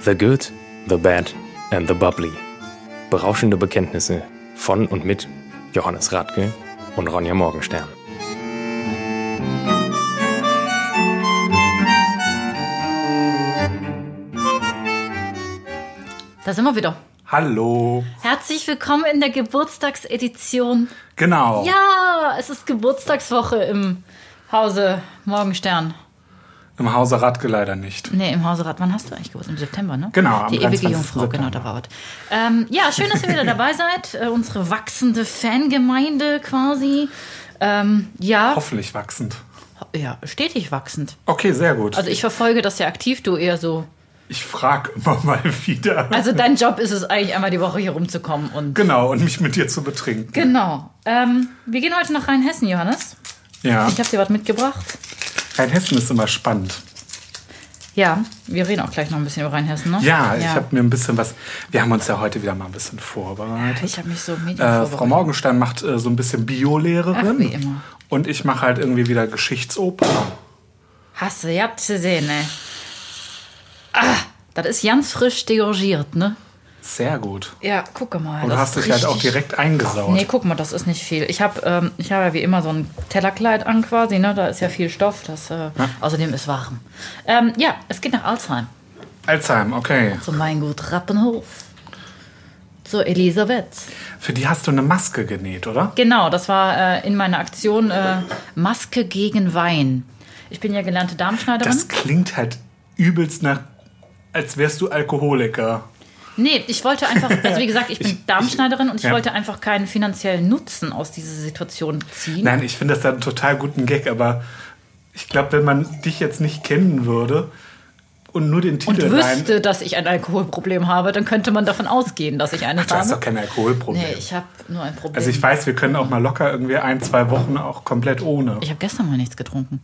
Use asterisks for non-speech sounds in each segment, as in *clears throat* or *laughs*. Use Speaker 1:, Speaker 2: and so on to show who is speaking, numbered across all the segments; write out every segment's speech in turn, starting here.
Speaker 1: The Good, The Bad and The Bubbly. Berauschende Bekenntnisse von und mit Johannes Radke und Ronja Morgenstern.
Speaker 2: Da sind wir wieder.
Speaker 3: Hallo.
Speaker 2: Herzlich willkommen in der Geburtstagsedition.
Speaker 3: Genau.
Speaker 2: Ja, es ist Geburtstagswoche im Hause Morgenstern.
Speaker 3: Im Hause Radke leider nicht.
Speaker 2: Nee, im Hauserat. Wann hast du eigentlich Geburtstag? Im September, ne?
Speaker 3: Genau, am
Speaker 2: Die ewige
Speaker 3: 23.
Speaker 2: Jungfrau,
Speaker 3: September.
Speaker 2: genau, da war was. Ähm, ja, schön, dass ihr wieder dabei seid. Äh, unsere wachsende Fangemeinde quasi. Ähm, ja,
Speaker 3: Hoffentlich wachsend.
Speaker 2: ja, stetig wachsend.
Speaker 3: Okay, sehr gut.
Speaker 2: Also ich verfolge das ja aktiv, du eher so.
Speaker 3: ich frage immer mal wieder.
Speaker 2: Also dein Job ist es eigentlich einmal die Woche hier rumzukommen und.
Speaker 3: genau, und mich mit dir zu betrinken.
Speaker 2: Genau. Ähm, wir gehen heute nach Rheinhessen, Johannes.
Speaker 3: Ja.
Speaker 2: Ich habe dir was mitgebracht.
Speaker 3: Rheinhessen ist immer spannend.
Speaker 2: Ja, wir reden auch gleich noch ein bisschen über Rheinhessen, ne?
Speaker 3: Ja, ich habe mir ein bisschen was. Wir haben uns ja heute wieder mal ein bisschen vorbereitet.
Speaker 2: Ich hab mich so Medien
Speaker 3: äh, Frau
Speaker 2: vorbereitet.
Speaker 3: Morgenstern macht äh, so ein bisschen Bio-Lehrerin.
Speaker 2: Ach, wie immer.
Speaker 3: Und ich mache halt irgendwie wieder Geschichtsoper.
Speaker 2: Hast du, ihr habt's gesehen, ne? Ah, das ist ganz frisch degorgiert, ne?
Speaker 3: Sehr gut.
Speaker 2: Ja, guck mal.
Speaker 3: Und du
Speaker 2: das
Speaker 3: hast
Speaker 2: ist
Speaker 3: dich halt auch
Speaker 2: richtig-
Speaker 3: direkt eingesaut.
Speaker 2: Nee, guck mal, das ist nicht viel. Ich habe ähm, ich habe ja wie immer so ein Tellerkleid an quasi, ne? Da ist ja viel Stoff. Das, äh, Außerdem ist warm. Ähm, ja, es geht nach Alzheim.
Speaker 3: Alzheim, okay.
Speaker 2: Zu Weingut Rappenhof. Zu Elisabeth.
Speaker 3: Für die hast du eine Maske genäht, oder?
Speaker 2: Genau, das war äh, in meiner Aktion äh, Maske gegen Wein. Ich bin ja gelernte Darmschneiderin.
Speaker 3: Das klingt halt übelst nach, als wärst du Alkoholiker.
Speaker 2: Nee, ich wollte einfach, also wie gesagt, ich
Speaker 3: *laughs*
Speaker 2: bin Darmschneiderin und ich
Speaker 3: ja.
Speaker 2: wollte einfach keinen finanziellen Nutzen aus dieser Situation ziehen.
Speaker 3: Nein, ich finde das dann einen total guten Gag, aber ich glaube, wenn man dich jetzt nicht kennen würde und nur den
Speaker 2: und
Speaker 3: Titel rein.
Speaker 2: wüsste, dass ich ein Alkoholproblem habe, dann könnte man davon ausgehen, dass ich eines
Speaker 3: Du hast doch
Speaker 2: habe.
Speaker 3: kein Alkoholproblem.
Speaker 2: Nee, ich habe nur ein Problem.
Speaker 3: also ich weiß, wir können auch mal locker irgendwie ein, zwei Wochen auch komplett ohne.
Speaker 2: ich habe gestern mal nichts getrunken.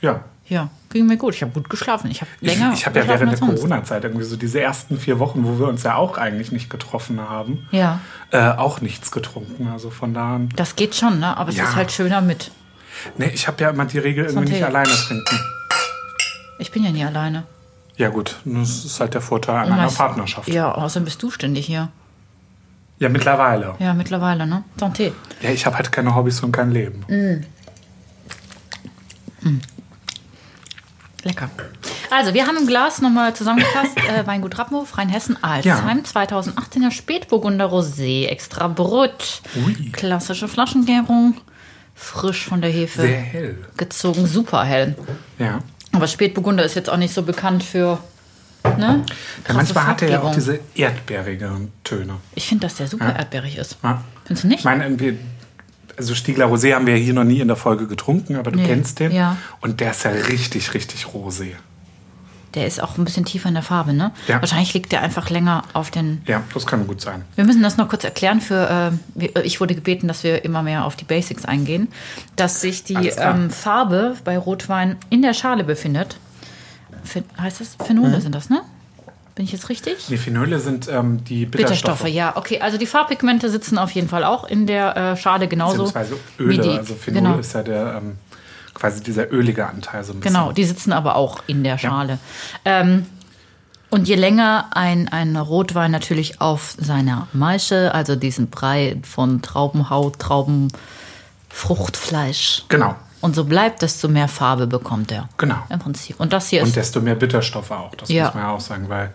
Speaker 3: Ja.
Speaker 2: Ja, ging mir gut. Ich habe gut geschlafen. Ich habe
Speaker 3: Ich,
Speaker 2: länger
Speaker 3: ich habe ja
Speaker 2: geschlafen als
Speaker 3: während der
Speaker 2: sonst.
Speaker 3: Corona-Zeit irgendwie so diese ersten vier Wochen, wo wir uns ja auch eigentlich nicht getroffen haben,
Speaker 2: Ja,
Speaker 3: äh, auch nichts getrunken. Also von da an.
Speaker 2: das geht schon, ne? aber es
Speaker 3: Ja.
Speaker 2: ist halt schöner mit.
Speaker 3: Nee, ich habe ja immer die Regel, irgendwie nicht
Speaker 2: Tee.
Speaker 3: alleine trinken.
Speaker 2: Ich bin ja nie alleine.
Speaker 3: Ja gut, das ist halt der Vorteil an
Speaker 2: Und
Speaker 3: einer
Speaker 2: meist-
Speaker 3: Partnerschaft. Ja,
Speaker 2: Ja, außerdem bist du ständig hier.
Speaker 3: mittlerweile.
Speaker 2: Ja, mittlerweile, ne? Santé.
Speaker 3: Ja, ich habe halt keine Hobbys und kein Leben.
Speaker 2: Lecker. Also, wir haben im Glas nochmal
Speaker 3: *laughs*
Speaker 2: zusammengefasst: äh, Weingut Rappenhof, Rheinhessen, Alzheim, 2018er Spätburgunder Rosé, extra Brut,
Speaker 3: Ui.
Speaker 2: klassische Flaschengärung, frisch von der Hefe
Speaker 3: Sehr hell.
Speaker 2: gezogen, super hell.
Speaker 3: Ja.
Speaker 2: Aber Spätburgunder ist jetzt auch nicht so bekannt für. Ne?
Speaker 3: ja
Speaker 2: Krasse
Speaker 3: manchmal hat er ja auch
Speaker 2: Farbgebung.
Speaker 3: diese erdbeerigen Töne.
Speaker 2: Ich finde, dass der super erdbeerig ist.
Speaker 3: Ja.
Speaker 2: Findest du nicht?
Speaker 3: Ich meine, irgendwie, also Stiegler Rosé haben wir hier noch nie in der Folge getrunken, aber du
Speaker 2: Nee,
Speaker 3: kennst den.
Speaker 2: ja.
Speaker 3: Und der ist ja richtig, richtig rosé.
Speaker 2: der ist auch ein bisschen tiefer in der Farbe, ne?
Speaker 3: Ja.
Speaker 2: Wahrscheinlich liegt der einfach länger auf den
Speaker 3: Ja, das kann gut sein.
Speaker 2: Wir müssen das noch kurz erklären. Für, äh, wir- ich wurde gebeten, dass wir immer mehr auf die Basics eingehen, dass sich die
Speaker 3: Alles klar.
Speaker 2: ähm, Farbe bei Rotwein in der Schale befindet. Phen- heißt das Phenole
Speaker 3: Mhm.
Speaker 2: sind das, ne? Bin ich jetzt richtig?
Speaker 3: Die Phenole sind ähm, die Bitterstoffe.
Speaker 2: Bitterstoffe, ja, okay. Also die Farbpigmente sitzen auf jeden Fall auch in der äh, Schale genauso.
Speaker 3: Beziehungsweise
Speaker 2: wie
Speaker 3: Öle.
Speaker 2: die-
Speaker 3: Also Phenol
Speaker 2: genau,
Speaker 3: ist ja der, ähm, quasi dieser ölige Anteil so ein bisschen.
Speaker 2: Genau, die sitzen aber auch in der Schale. Ähm, und je länger ein, ein Rotwein natürlich auf seiner Maische, also diesen Brei von Traubenhaut, Traubenfruchtfleisch,
Speaker 3: Genau,
Speaker 2: und so bleibt, desto mehr Farbe bekommt er.
Speaker 3: genau.
Speaker 2: Im Prinzip. Und das hier
Speaker 3: Und
Speaker 2: ist.
Speaker 3: desto mehr Bitterstoffe auch, das
Speaker 2: Ja.
Speaker 3: muss man ja auch sagen, weil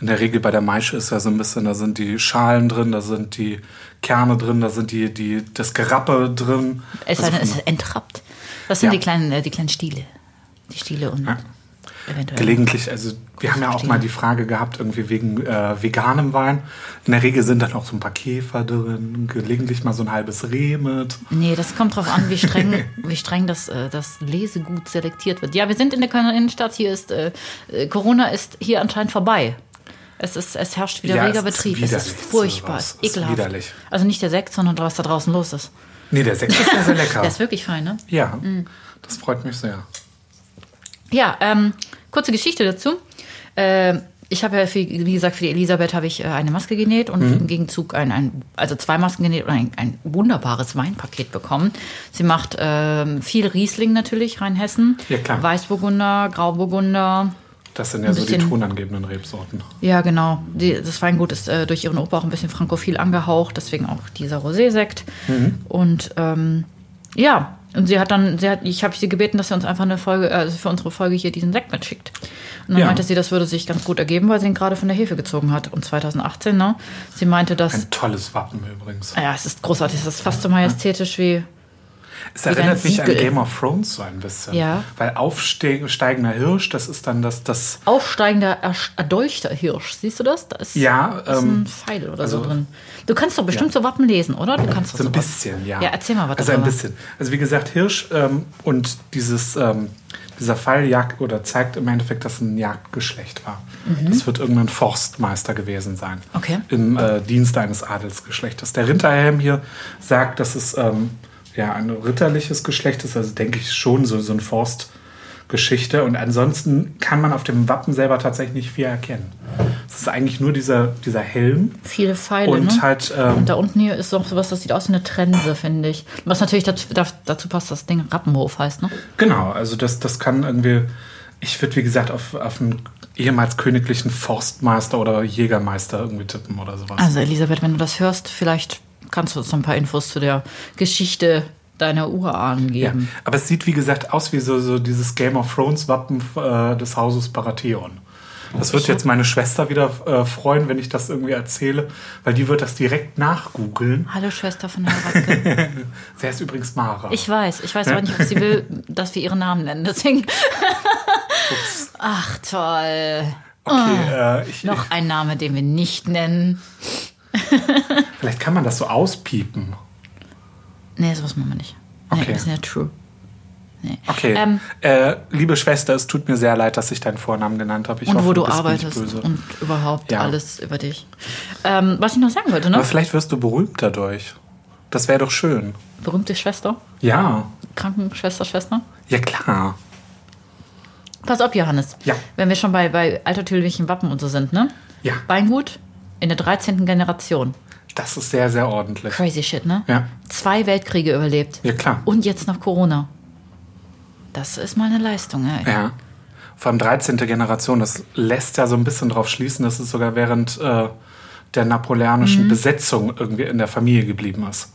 Speaker 3: in der Regel bei der Maische ist ja so ein bisschen, da sind die Schalen drin, da sind die Kerne drin, da sind die, die, das Gerappe drin.
Speaker 2: Es
Speaker 3: Also
Speaker 2: sei denn,
Speaker 3: von-
Speaker 2: es ist entrappt. Das sind
Speaker 3: Ja.
Speaker 2: die, kleinen, äh, die kleinen Stiele. Die Stiele und
Speaker 3: Ja.
Speaker 2: eventuell.
Speaker 3: Gelegentlich, also wir haben ja auch mal die Frage gehabt, irgendwie wegen äh, veganem Wein. In der Regel sind dann auch so ein paar Käfer drin, gelegentlich mal so ein halbes Reh mit.
Speaker 2: Nee, das kommt drauf an, wie
Speaker 3: *laughs*
Speaker 2: streng, wie streng das, äh, das Lesegut selektiert wird. Ja, wir sind in der Kölner Innenstadt. Hier ist äh, äh, Corona ist hier anscheinend vorbei. Es, ist, es herrscht wieder
Speaker 3: Ja, es
Speaker 2: reger
Speaker 3: ist
Speaker 2: Betrieb. Es ist
Speaker 3: widerlich,
Speaker 2: furchtbar,
Speaker 3: sowas.
Speaker 2: es ist
Speaker 3: Es ist
Speaker 2: ekelhaft.
Speaker 3: widerlich.
Speaker 2: Also nicht der Sekt, sondern was da draußen los ist.
Speaker 3: Nee, der Sekt ist sehr, sehr
Speaker 2: *laughs*
Speaker 3: lecker.
Speaker 2: Der ist wirklich fein, ne?
Speaker 3: ja, das freut mich sehr.
Speaker 2: Ja, ähm, kurze Geschichte dazu. Ähm, ich habe ja, für, wie gesagt, für die Elisabeth habe ich äh, eine Maske genäht und
Speaker 3: Mhm.
Speaker 2: im Gegenzug ein, ein, also zwei Masken genäht und ein, ein wunderbares Weinpaket bekommen. Sie macht ähm, viel Riesling natürlich, Rheinhessen.
Speaker 3: Ja, klar.
Speaker 2: Weißburgunder, Grauburgunder,
Speaker 3: Das sind ja
Speaker 2: Ein
Speaker 3: so die
Speaker 2: bisschen-
Speaker 3: tonangebenden Rebsorten.
Speaker 2: Ja, genau. Die, das Weingut ist äh, durch ihren Opa auch ein bisschen frankophil angehaucht, deswegen auch dieser Rosé-Sekt.
Speaker 3: Mhm.
Speaker 2: Und ähm, ja, und sie hat dann, sie hat, ich habe sie gebeten, dass sie uns einfach eine Folge, äh, also für unsere Folge hier diesen Sekt mitschickt. Und dann
Speaker 3: Ja.
Speaker 2: meinte sie, das würde sich ganz gut ergeben, weil sie ihn gerade von der Hefe gezogen hat. Und 2018, ne? Sie meinte, dass.
Speaker 3: Ein tolles Wappen übrigens.
Speaker 2: Ja, es ist großartig, es ist fast so majestätisch wie.
Speaker 3: Es
Speaker 2: ein
Speaker 3: erinnert mich an
Speaker 2: Siegel.
Speaker 3: Game of Thrones so ein bisschen.
Speaker 2: Ja.
Speaker 3: Weil aufsteigender Hirsch, das ist dann das, das
Speaker 2: Aufsteigender, ersch- erdolchter Hirsch. Siehst du das? Da ist,
Speaker 3: Ja,
Speaker 2: ist
Speaker 3: ähm,
Speaker 2: ein Pfeil oder so
Speaker 3: also-
Speaker 2: drin. Du kannst doch bestimmt so Wappen lesen, oder? Du kannst doch
Speaker 3: so ein
Speaker 2: sowas.
Speaker 3: bisschen, ja.
Speaker 2: Ja, erzähl mal was
Speaker 3: Also ein
Speaker 2: darüber.
Speaker 3: bisschen. Also wie gesagt, Hirsch ähm, und dieses, ähm, dieser Fall jagt oder zeigt im Endeffekt, dass ein Jagdgeschlecht war. Das wird irgendein Forstmeister gewesen sein.
Speaker 2: Mhm. Okay.
Speaker 3: Im äh, Dienst eines Adelsgeschlechtes. Der Rinterhelm hier sagt, dass es ähm, ja, ein ritterliches Geschlecht ist, also denke ich schon so, so ein Forstgeschichte. Und ansonsten kann man auf dem Wappen selber tatsächlich nicht viel erkennen. Es ist eigentlich nur dieser, dieser Helm
Speaker 2: Viele Pfeile,
Speaker 3: und
Speaker 2: ne?
Speaker 3: halt ähm,
Speaker 2: Und da unten hier ist noch sowas, das sieht aus wie eine Trense, finde ich. Was natürlich dazu, da- dazu passt, dass das Ding Rappenhof heißt, ne?
Speaker 3: Genau, also das, das kann irgendwie, ich würde wie gesagt auf, auf einen ehemals königlichen Forstmeister oder Jägermeister irgendwie tippen oder sowas.
Speaker 2: Also Elisabeth, wenn du das hörst, vielleicht kannst du uns noch ein paar Infos zu der Geschichte deiner Urahnen
Speaker 3: ja.
Speaker 2: geben.
Speaker 3: Aber es sieht wie gesagt aus wie so, so dieses Game of Thrones Wappen äh, des Hauses Baratheon. Das wird jetzt meine Schwester wieder äh, freuen, wenn ich das irgendwie erzähle, weil die wird das direkt nachgoogeln.
Speaker 2: Hallo Schwester von Herrn Radke.
Speaker 3: Sie heißt übrigens Mara.
Speaker 2: *laughs* Ich weiß, ich weiß aber nicht, ob sie will, dass wir ihren Namen nennen.
Speaker 3: *laughs*
Speaker 2: Deswegen. Ach toll.
Speaker 3: okay, äh, ich,
Speaker 2: Ah, Noch ein Name, den wir nicht nennen.
Speaker 3: vielleicht kann man das so auspiepen.
Speaker 2: Nee, sowas machen wir nicht. Nee,
Speaker 3: Okay.
Speaker 2: wir sind ja true. Nee.
Speaker 3: Okay.
Speaker 2: Ähm,
Speaker 3: äh, liebe Schwester, es tut mir sehr leid, dass ich deinen Vornamen genannt habe. Ich
Speaker 2: und
Speaker 3: hoffe,
Speaker 2: wo du
Speaker 3: bist mir nicht
Speaker 2: arbeitest
Speaker 3: böse.
Speaker 2: und überhaupt
Speaker 3: Ja.
Speaker 2: alles über dich. Ähm, was ich noch sagen wollte, ne?
Speaker 3: Aber vielleicht wirst du berühmt dadurch. Das wäre doch schön.
Speaker 2: Berühmte Schwester,
Speaker 3: Ja.
Speaker 2: Krankenschwester, Schwester.
Speaker 3: Ja, klar.
Speaker 2: Pass auf, Johannes.
Speaker 3: Ja.
Speaker 2: Wenn wir schon bei, bei altertümlichen Wappen und so sind, ne?
Speaker 3: Ja.
Speaker 2: Weingut in der 13. Generation.
Speaker 3: Das ist sehr, sehr ordentlich.
Speaker 2: Crazy shit, ne?
Speaker 3: Ja.
Speaker 2: Zwei Weltkriege überlebt.
Speaker 3: Ja, klar.
Speaker 2: Und jetzt noch Corona. Das ist mal eine Leistung, ey.
Speaker 3: Ja. Vor allem 13. Generation, das lässt ja so ein bisschen drauf schließen, dass es sogar während äh, der napoleonischen
Speaker 2: Mhm.
Speaker 3: Besetzung irgendwie in der Familie geblieben ist.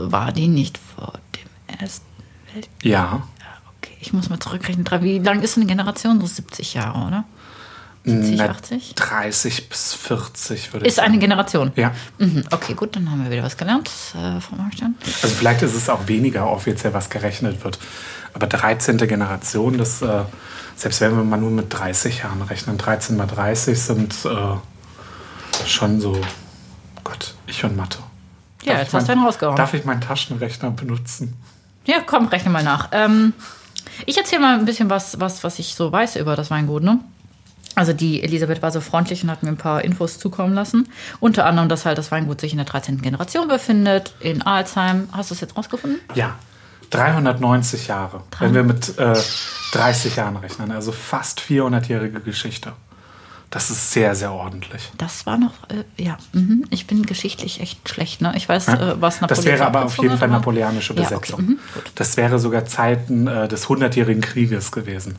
Speaker 2: War die nicht vor dem ersten Weltkrieg?
Speaker 3: Ja.
Speaker 2: Okay, ich muss mal zurückrechnen. Drei- Wie lang ist so eine Generation? So 70 Jahre, oder? 70,
Speaker 3: Na,
Speaker 2: 80?
Speaker 3: 30 bis 40 würde ich
Speaker 2: Ist eine Generation.
Speaker 3: Ja.
Speaker 2: Mhm, okay, gut, dann haben wir wieder was gelernt äh, vom Einstein.
Speaker 3: Also vielleicht ist es auch weniger offiziell, was gerechnet wird. Aber 13. Generation, das, äh, selbst wenn wir mal nur mit 30 Jahren rechnen, 13 mal 30 sind äh, schon so, Gott, ich und Mathe.
Speaker 2: Ja,
Speaker 3: Darf
Speaker 2: jetzt
Speaker 3: ich
Speaker 2: hast du
Speaker 3: mein-
Speaker 2: einen rausgehauen.
Speaker 3: Darf ich meinen Taschenrechner benutzen?
Speaker 2: Ja, komm, rechne mal nach. Ähm, ich erzähle mal ein bisschen was, was, was ich so weiß über das Weingut, ne? Also die Elisabeth war so freundlich und hat mir ein paar Infos zukommen lassen. Unter anderem, dass halt das Weingut sich in der 13. Generation befindet, in Alzheim. Hast du es jetzt rausgefunden?
Speaker 3: Ja, 390 Jahre, wenn wir mit äh, 30 Jahren rechnen. Also fast 400-jährige Geschichte. Das ist sehr, sehr ordentlich.
Speaker 2: Das war noch, äh, ja, mhm. ich bin geschichtlich echt schlecht, ne? Ich weiß, äh, was Napoleon
Speaker 3: Das wäre aber auf
Speaker 2: abgezogen
Speaker 3: jeden
Speaker 2: hat,
Speaker 3: Fall
Speaker 2: aber-
Speaker 3: napoleonische
Speaker 2: Ja, okay,
Speaker 3: Besetzung.
Speaker 2: mhm.
Speaker 3: Das wäre sogar Zeiten äh, des Hundertjährigen Krieges gewesen.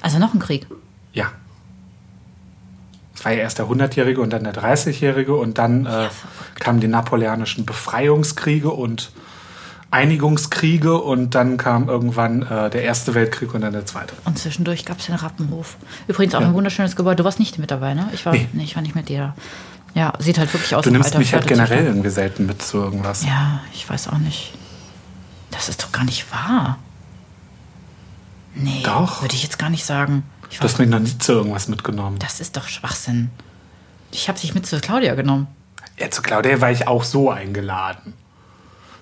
Speaker 2: Also noch ein Krieg.
Speaker 3: Ja. Es war ja erst der Hundertjährige und dann der Dreißigjährige und dann äh, kamen die napoleonischen Befreiungskriege und Einigungskriege und dann kam irgendwann äh, der Erste Weltkrieg und dann der Zweite.
Speaker 2: Und zwischendurch gab es den Rappenhof. Übrigens auch ein wunderschönes Gebäude. Du warst nicht mit dabei, ne? Ich war, nee.
Speaker 3: Nee.
Speaker 2: ich war nicht mit dir. da. Ja, sieht halt wirklich aus wie
Speaker 3: Du
Speaker 2: ein
Speaker 3: nimmst
Speaker 2: alter
Speaker 3: mich halt
Speaker 2: Pferdezustand.
Speaker 3: generell irgendwie selten mit zu irgendwas.
Speaker 2: Ja, ich weiß auch nicht. Das ist doch gar nicht wahr. Nee,
Speaker 3: Doch.
Speaker 2: würde ich jetzt gar nicht sagen. Ich
Speaker 3: Du
Speaker 2: weiß,
Speaker 3: hast mich noch nie zu irgendwas mitgenommen.
Speaker 2: das ist doch Schwachsinn. Ich habe dich mit zu Claudia genommen.
Speaker 3: Ja, zu Claudia war ich auch so eingeladen.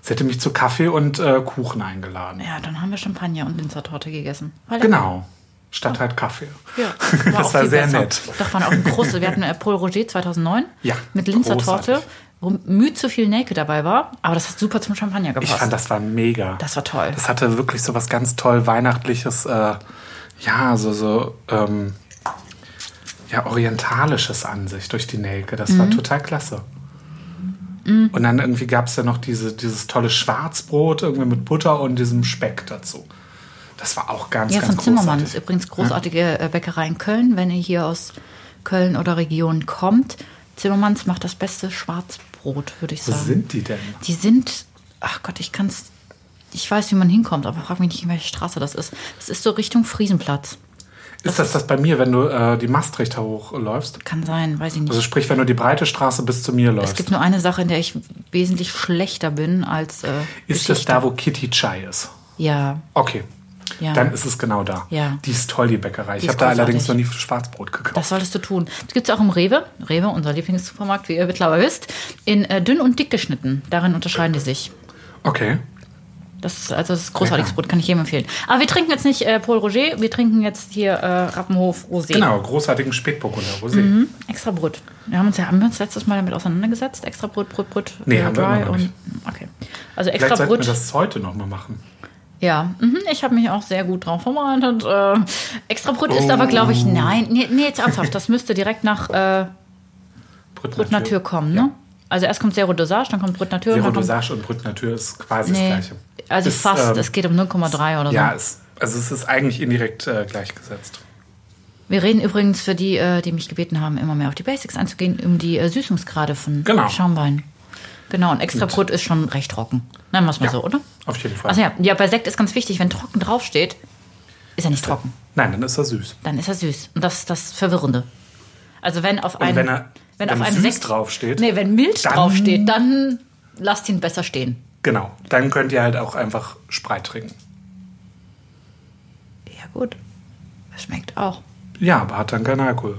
Speaker 3: Sie hätte mich zu Kaffee und äh, Kuchen eingeladen.
Speaker 2: Ja, dann haben wir Champagner und Winzertorte gegessen. Weil-
Speaker 3: Genau. Statt halt Kaffee. *laughs*
Speaker 2: Ja,
Speaker 3: das
Speaker 2: auch
Speaker 3: war
Speaker 2: viel
Speaker 3: sehr
Speaker 2: besser.
Speaker 3: nett.
Speaker 2: Doch, waren auch ein großes. Wir hatten äh, Paul Roger 2009
Speaker 3: Ja,
Speaker 2: mit Linzertorte,
Speaker 3: großartig.
Speaker 2: wo müh zu viel Nelke dabei war. Aber das hat super zum Champagner
Speaker 3: Ich
Speaker 2: gepasst.
Speaker 3: fand, das war mega.
Speaker 2: Das war toll.
Speaker 3: Das hatte wirklich so was ganz toll Weihnachtliches, äh, ja, so, so, ähm, ja, orientalisches an sich durch die Nelke. Das
Speaker 2: Mhm.
Speaker 3: war total klasse. Und dann irgendwie gab es ja noch diese, dieses tolle Schwarzbrot irgendwie mit Butter und diesem Speck dazu. Das war auch ganz,
Speaker 2: Ja,
Speaker 3: ganz
Speaker 2: von Zimmermann
Speaker 3: großartig.
Speaker 2: ist übrigens großartige äh, Bäckerei in Köln, wenn ihr hier aus Köln oder Region kommt. Zimmermanns macht das beste Schwarzbrot, würde ich
Speaker 3: Wo
Speaker 2: sagen.
Speaker 3: sind die denn?
Speaker 2: Die sind, ach Gott, ich kann's, ich weiß, wie man hinkommt, aber frag mich nicht, in welche Straße das ist. Das ist so Richtung Friesenplatz.
Speaker 3: Ist das das bei mir, wenn du äh, die Maastrichter hochläufst?
Speaker 2: Kann sein, weiß ich nicht.
Speaker 3: Also sprich, wenn du die breite Straße bis zu mir
Speaker 2: es
Speaker 3: läufst.
Speaker 2: gibt nur eine Sache, in der ich wesentlich schlechter bin als äh,
Speaker 3: Ist das
Speaker 2: Geschichte.
Speaker 3: da, wo Kitty Chai ist?
Speaker 2: Ja,
Speaker 3: Okay.
Speaker 2: Ja.
Speaker 3: Dann ist es genau da.
Speaker 2: Ja.
Speaker 3: Die ist toll, die Bäckerei. Ich
Speaker 2: ist
Speaker 3: habe da allerdings noch nie
Speaker 2: großartig.
Speaker 3: Schwarzbrot gekauft.
Speaker 2: das solltest du tun. Das gibt's auch im Rewe. Rewe, unser Lieblingssupermarkt, wie ihr mittlerweile wisst. In äh, dünn und dick geschnitten. Darin unterscheiden die sich.
Speaker 3: Okay.
Speaker 2: Das ist, also das ist großartiges
Speaker 3: Lecker.
Speaker 2: Brot, kann ich jedem empfehlen. Aber wir trinken jetzt nicht äh, Paul Roger, wir trinken jetzt hier äh, Rappenhof Rosé.
Speaker 3: Genau, großartigen Spätburgunder Rosé.
Speaker 2: Mhm. Extra Brot. Wir haben uns ja haben wir uns letztes Mal damit auseinandergesetzt. Extra Brot, Brot, Brot.
Speaker 3: Nee,
Speaker 2: äh,
Speaker 3: haben wir immer noch nicht.
Speaker 2: Okay. Also
Speaker 3: Vielleicht
Speaker 2: extra
Speaker 3: sollten wir
Speaker 2: Brot.
Speaker 3: das heute nochmal machen.
Speaker 2: Ja, mhm, ich habe mich auch sehr gut drauf vorbereitet. Äh, extra Brot ist aber, glaube
Speaker 3: Oh.
Speaker 2: ich, nein. Nee, nee, jetzt ernsthaft. Das müsste direkt nach äh, Brot Natur kommen, ne? Also erst kommt Zero Dosage, dann kommt Brot Natur.
Speaker 3: Zero
Speaker 2: dann kommt-
Speaker 3: Dosage und Brot Natur ist quasi
Speaker 2: Nee,
Speaker 3: das Gleiche.
Speaker 2: also
Speaker 3: Ist,
Speaker 2: fast.
Speaker 3: ähm,
Speaker 2: es geht um 0,3 oder so.
Speaker 3: Ja, es, also es ist eigentlich indirekt äh, gleichgesetzt.
Speaker 2: Wir reden übrigens für die, äh, die mich gebeten haben, immer mehr auf die Basics einzugehen, um die äh, Süßungsgrade von
Speaker 3: Genau.
Speaker 2: Schaumwein. Genau, und extra Brot ist schon recht trocken. Nennen wir es mal
Speaker 3: Ja,
Speaker 2: so, oder?
Speaker 3: Auf jeden Fall.
Speaker 2: Also ja, ja, bei Sekt ist ganz wichtig, wenn trocken draufsteht, ist er nicht trocken.
Speaker 3: Nein, dann ist er süß.
Speaker 2: Dann ist er süß. Und das ist das Verwirrende. Also wenn auf einem,
Speaker 3: wenn er- wenn
Speaker 2: auf einem
Speaker 3: süß
Speaker 2: Sekt
Speaker 3: draufsteht,
Speaker 2: Nee, wenn mild
Speaker 3: dann-
Speaker 2: draufsteht, dann lasst ihn besser stehen.
Speaker 3: Genau. Dann könnt ihr halt auch einfach Spreit trinken.
Speaker 2: Ja, gut. Das schmeckt auch.
Speaker 3: Ja, aber hat dann keinen Alkohol.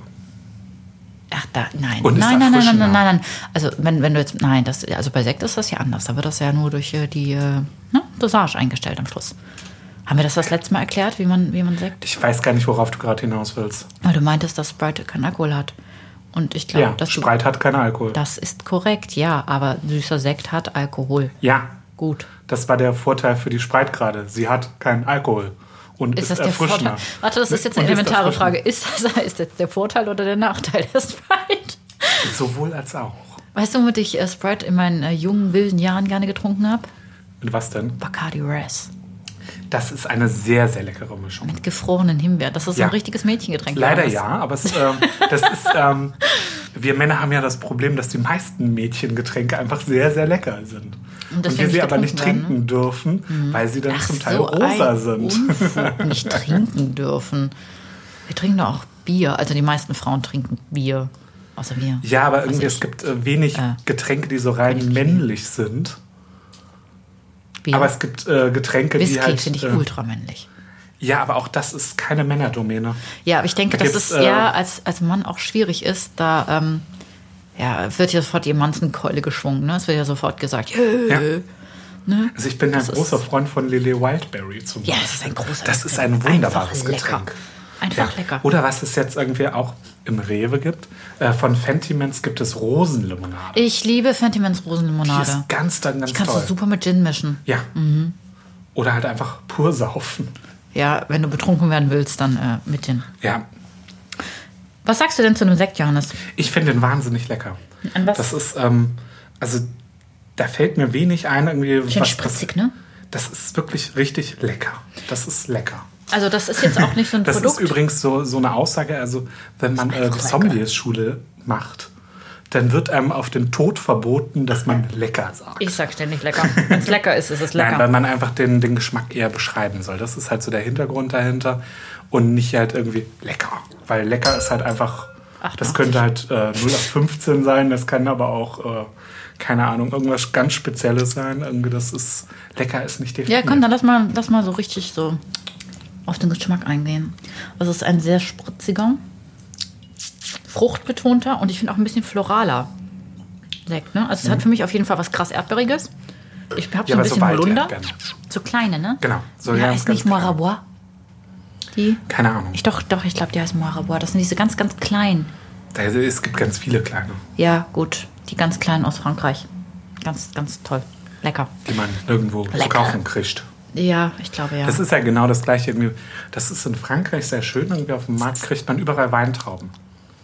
Speaker 2: Ach, da, nein.
Speaker 3: Und ist
Speaker 2: nein, nein, nein, nein,
Speaker 3: erfrischender.
Speaker 2: nein, nein, nein. Also, wenn, wenn du jetzt, nein, das, also bei Sekt ist das ja anders. Da wird das ja nur durch äh, die äh, ne, Dosage eingestellt am Schluss. Haben wir das das letzte Mal erklärt, wie man, wie man Sekt?
Speaker 3: Ich weiß gar nicht, worauf du gerade hinaus willst.
Speaker 2: Weil du meintest, dass Sprite keinen Alkohol hat. Und ich glaube,
Speaker 3: Ja,
Speaker 2: dass du,
Speaker 3: Spreit hat keinen Alkohol.
Speaker 2: das ist korrekt, ja. Aber süßer Sekt hat Alkohol.
Speaker 3: Ja,
Speaker 2: Gut.
Speaker 3: das war der Vorteil für die Spreit gerade. Sie hat keinen Alkohol. Und
Speaker 2: Ist
Speaker 3: ist,
Speaker 2: das der
Speaker 3: erfrischender.
Speaker 2: Vorteil? Warte, das ist jetzt eine
Speaker 3: Und
Speaker 2: elementare Frage.
Speaker 3: erfrischender.
Speaker 2: Ist das, ist das der Vorteil oder der Nachteil der Sprite?
Speaker 3: Sowohl als auch.
Speaker 2: Weißt du, womit ich äh, Sprite in meinen äh, jungen, wilden Jahren gerne getrunken habe?
Speaker 3: Und was denn?
Speaker 2: Bacardi Res.
Speaker 3: Das ist eine sehr, sehr leckere Mischung.
Speaker 2: Mit gefrorenen Himbeeren. Das ist so
Speaker 3: Ja.
Speaker 2: ein richtiges Mädchengetränk.
Speaker 3: Leider
Speaker 2: Johannes.
Speaker 3: ja, aber es, ähm, das ist. Ähm, wir Männer haben ja das Problem, dass die meisten Mädchengetränke einfach sehr, sehr lecker sind. Und,
Speaker 2: deswegen
Speaker 3: wir sie
Speaker 2: nicht
Speaker 3: aber nicht
Speaker 2: getrunken
Speaker 3: trinken dürfen, weil sie dann
Speaker 2: Mhm. Ach,
Speaker 3: zum Teil
Speaker 2: so
Speaker 3: rosa
Speaker 2: ein
Speaker 3: sind. *laughs*
Speaker 2: Unfug. Nicht trinken dürfen. Wir trinken doch auch Bier. Also die meisten Frauen trinken Bier. Außer wir.
Speaker 3: Ja, aber
Speaker 2: Also
Speaker 3: irgendwie,
Speaker 2: ich-
Speaker 3: es gibt äh, wenig
Speaker 2: äh,
Speaker 3: Getränke, die so rein männlich sind.
Speaker 2: Bier.
Speaker 3: Aber es gibt äh, Getränke,
Speaker 2: Whisky
Speaker 3: die halt.
Speaker 2: finde ich
Speaker 3: äh,
Speaker 2: ultramännlich.
Speaker 3: Ja, aber auch das ist keine Männerdomäne.
Speaker 2: Ja, aber ich denke,
Speaker 3: da
Speaker 2: dass
Speaker 3: gibt's,
Speaker 2: es
Speaker 3: äh,
Speaker 2: ja als, als Mann auch schwierig ist, da ähm, ja, wird ja sofort die Manzenkeule geschwungen. Ne? Es wird ja sofort gesagt, "Jö."
Speaker 3: Ja. Also ich bin ein
Speaker 2: ne? ist-
Speaker 3: großer Freund von Lily Wildberry zum
Speaker 2: ja,
Speaker 3: Beispiel.
Speaker 2: das ist ein großer
Speaker 3: Das ist ein wunderbares Getränk.
Speaker 2: Einfach lecker.
Speaker 3: Oder was es jetzt irgendwie auch im Rewe gibt, äh, von Fentimans gibt es Rosenlimonade.
Speaker 2: Ich liebe Fentimans
Speaker 3: Die
Speaker 2: Rosenlimonade.
Speaker 3: ist ganz, dann ganz
Speaker 2: Die kannst
Speaker 3: toll.
Speaker 2: du super Mhm. mit Gin mischen.
Speaker 3: ja. Oder halt einfach pur saufen.
Speaker 2: Ja, wenn du betrunken werden willst, dann äh, mit den.
Speaker 3: Ja.
Speaker 2: Was sagst du denn zu einem Sekt, Johannes?
Speaker 3: Ich finde den wahnsinnig lecker.
Speaker 2: An was-
Speaker 3: Das ist, ähm, also da fällt mir wenig ein, irgendwie.
Speaker 2: Schön
Speaker 3: was-
Speaker 2: spritzig, ne?
Speaker 3: Das ist wirklich richtig lecker. Das ist lecker.
Speaker 2: Also, das ist jetzt auch nicht so ein
Speaker 3: Das
Speaker 2: Produkt.
Speaker 3: ist übrigens so, so eine Aussage, also wenn man äh, die Sommeliers-Schule macht, dann wird einem auf den Tod verboten, dass man lecker sagt.
Speaker 2: ich sag ständig lecker. Wenn es lecker ist, ist es lecker.
Speaker 3: Nein, weil man einfach den, den Geschmack eher beschreiben soll. Das ist halt so der Hintergrund dahinter und nicht halt irgendwie lecker. Weil lecker ist halt einfach, das
Speaker 2: 88.
Speaker 3: könnte halt äh, 0 auf 15 sein, das kann aber auch, äh, keine Ahnung, irgendwas ganz Spezielles sein. Irgendwie das ist, lecker ist nicht die
Speaker 2: ja, komm,
Speaker 3: Richtlinie.
Speaker 2: dann lass mal, lass mal so richtig so auf den Geschmack eingehen. Also, es ist ein sehr spritziger, fruchtbetonter und ich finde auch ein bisschen floraler Sekt, ne? Also, es hat für mich auf jeden Fall was krass Erdbeeriges. Ich habe so
Speaker 3: Mhm. Ja,
Speaker 2: ein
Speaker 3: aber so
Speaker 2: bisschen
Speaker 3: weit
Speaker 2: Holunder.
Speaker 3: Erdbeeren.
Speaker 2: So kleine, ne?
Speaker 3: Genau, so
Speaker 2: So ja,
Speaker 3: ganz,
Speaker 2: ist
Speaker 3: ganz
Speaker 2: nicht
Speaker 3: klein.
Speaker 2: Moirabois. Die.
Speaker 3: Keine Ahnung.
Speaker 2: Ich doch, doch, ich glaube, die heißt Moirabois. Das sind diese ganz, ganz kleinen.
Speaker 3: Da, es gibt ganz viele kleine,
Speaker 2: Ja, gut. Die ganz kleinen aus Frankreich. Ganz, ganz toll. Lecker.
Speaker 3: die man irgendwo zu
Speaker 2: Lecker.
Speaker 3: kaufen kriegt.
Speaker 2: Ja, ich glaube ja.
Speaker 3: Das ist ja genau das gleiche. irgendwie. Das ist in Frankreich sehr schön. Irgendwie auf dem Markt kriegt man überall Weintrauben.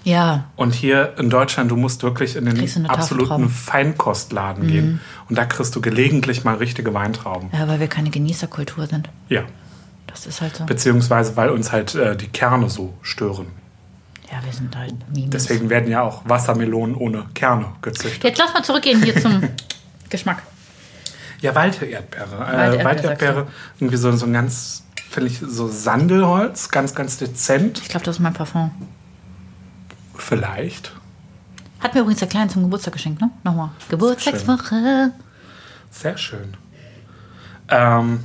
Speaker 2: ja,
Speaker 3: Und hier in Deutschland, du musst wirklich in
Speaker 2: Kriegst du eine
Speaker 3: den
Speaker 2: Mhm. Tafel
Speaker 3: absoluten
Speaker 2: Trauben.
Speaker 3: Feinkostladen gehen. Und da kriust du gelegentlich mal richtige Weintrauben.
Speaker 2: ja, weil wir keine Genießerkultur sind.
Speaker 3: Ja.
Speaker 2: Das ist halt so.
Speaker 3: Beziehungsweise, weil uns halt äh, die Kerne so stören.
Speaker 2: Ja, wir sind halt
Speaker 3: Oh,
Speaker 2: Mimes.
Speaker 3: Deswegen werden ja auch Wassermelonen ohne Kerne gezüchtet.
Speaker 2: Jetzt lass mal zurückgehen hier
Speaker 3: *laughs*
Speaker 2: zum Geschmack.
Speaker 3: Ja, Walderdbeere.
Speaker 2: Walderdbeere,
Speaker 3: Äh, Walderdbeere, irgendwie so, so ein ganz, finde ich, so Sandelholz, ganz, ganz dezent.
Speaker 2: Ich glaube, das ist mein Parfum.
Speaker 3: Vielleicht.
Speaker 2: Hat mir übrigens der Kleine zum Geburtstag geschenkt, ne? Nochmal. Geburtstagswoche.
Speaker 3: Sehr schön. Ähm,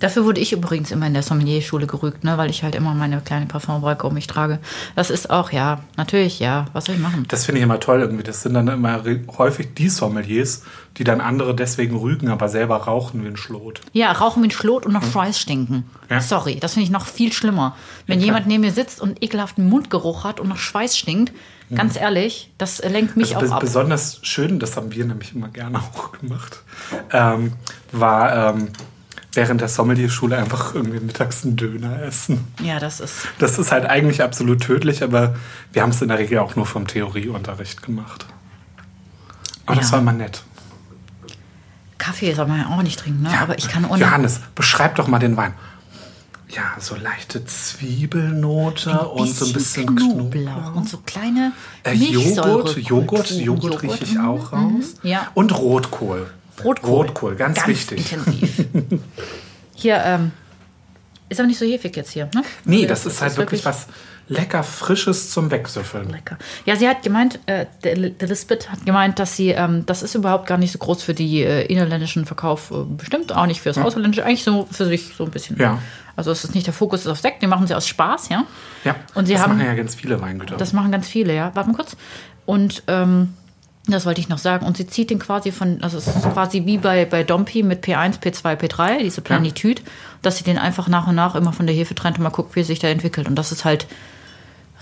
Speaker 2: Dafür wurde ich übrigens immer in der Sommelier-Schule gerügt, ne? Weil ich halt immer meine kleine Parfumwolke um mich trage. Das ist auch, ja, natürlich, ja. Was soll ich machen?
Speaker 3: das finde ich immer toll irgendwie. Das sind dann immer re- häufig die Sommeliers, die dann andere deswegen rügen, aber selber rauchen wie ein Schlot.
Speaker 2: Ja, rauchen wie ein Schlot und nach Schweiß stinken.
Speaker 3: Hm. Ja.
Speaker 2: Sorry, das finde ich noch viel schlimmer. Wenn
Speaker 3: klar.
Speaker 2: jemand neben mir sitzt und ekelhaften Mundgeruch hat und nach Schweiß stinkt, ganz ehrlich, das lenkt mich
Speaker 3: Hm. Also
Speaker 2: auch
Speaker 3: bes-
Speaker 2: ab.
Speaker 3: Besonders schön, das haben wir nämlich immer gerne *laughs* auch gemacht, ähm, war ähm, während der Sommelier-Schule einfach irgendwie mittags einen Döner essen.
Speaker 2: Ja, das ist.
Speaker 3: Das ist halt eigentlich absolut tödlich, aber wir haben es in der Regel auch nur vom Theorieunterricht gemacht. Aber das
Speaker 2: Ja.
Speaker 3: war immer nett.
Speaker 2: Kaffee soll man ja auch nicht trinken, ne? Aber ich kann ohne.
Speaker 3: Äh, Johannes, beschreib doch mal den Wein. Ja, so leichte Zwiebelnote und so ein bisschen Knoblauch. ne?
Speaker 2: und so kleine
Speaker 3: Äh,
Speaker 2: Milchsäure. Mhm.
Speaker 3: Joghurt, Joghurt, Joghurt rieche ich auch raus.
Speaker 2: Ja.
Speaker 3: Und Rotkohl.
Speaker 2: Rotkohl.
Speaker 3: Rotkohl, ganz,
Speaker 2: Ganz
Speaker 3: wichtig. *laughs*
Speaker 2: intensiv. hier, ähm, ist aber nicht so heftig jetzt hier, ne?
Speaker 3: Nee,
Speaker 2: Also
Speaker 3: das ist halt wirklich, was lecker Frisches zum Wegsüffeln.
Speaker 2: Lecker. Ja, sie hat gemeint, äh, der, der Lisbeth hat gemeint, dass sie, ähm, das ist überhaupt gar nicht so groß für die äh, innerländischen Verkauf äh, bestimmt, auch nicht fürs ausländische, eigentlich so für sich so ein bisschen.
Speaker 3: Hm. Ja.
Speaker 2: Also es ist nicht der Fokus ist auf Sekt, den machen sie aus Spaß, ja.
Speaker 3: Ja,
Speaker 2: Und sie
Speaker 3: das
Speaker 2: haben-
Speaker 3: machen ja ganz viele Weingüter.
Speaker 2: Das machen ganz viele, ja. Warte mal kurz. Und ähm, das wollte ich noch sagen. Und sie zieht den quasi von, also es ist quasi wie bei, bei Dompi mit P1, P2, P3, diese Planitüd, dass sie den einfach nach und nach immer von der Hefe trennt und mal guckt, wie er sich da entwickelt. Und das ist halt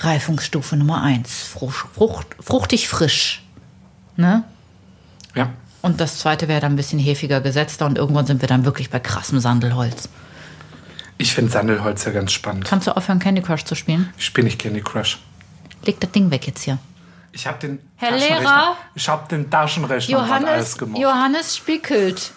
Speaker 2: Reifungsstufe Nummer 1. Frucht, frucht, fruchtig frisch. Ne?
Speaker 3: ja.
Speaker 2: Und das zweite wäre dann ein bisschen hefiger gesetzter und irgendwann sind wir dann wirklich bei krassem Sandelholz.
Speaker 3: Ich finde Sandelholz ja ganz spannend.
Speaker 2: Kannst du aufhören, Candy Crush zu spielen?
Speaker 3: Ich spiele nicht Candy Crush.
Speaker 2: Leg das Ding weg jetzt hier.
Speaker 3: Ich habe den
Speaker 2: Herr
Speaker 3: Taschenrechner-
Speaker 2: Lehrer?
Speaker 3: Ich habe den Taschenrechner gerade alles
Speaker 2: Johannes,
Speaker 3: gemacht.
Speaker 2: Johannes spickelt.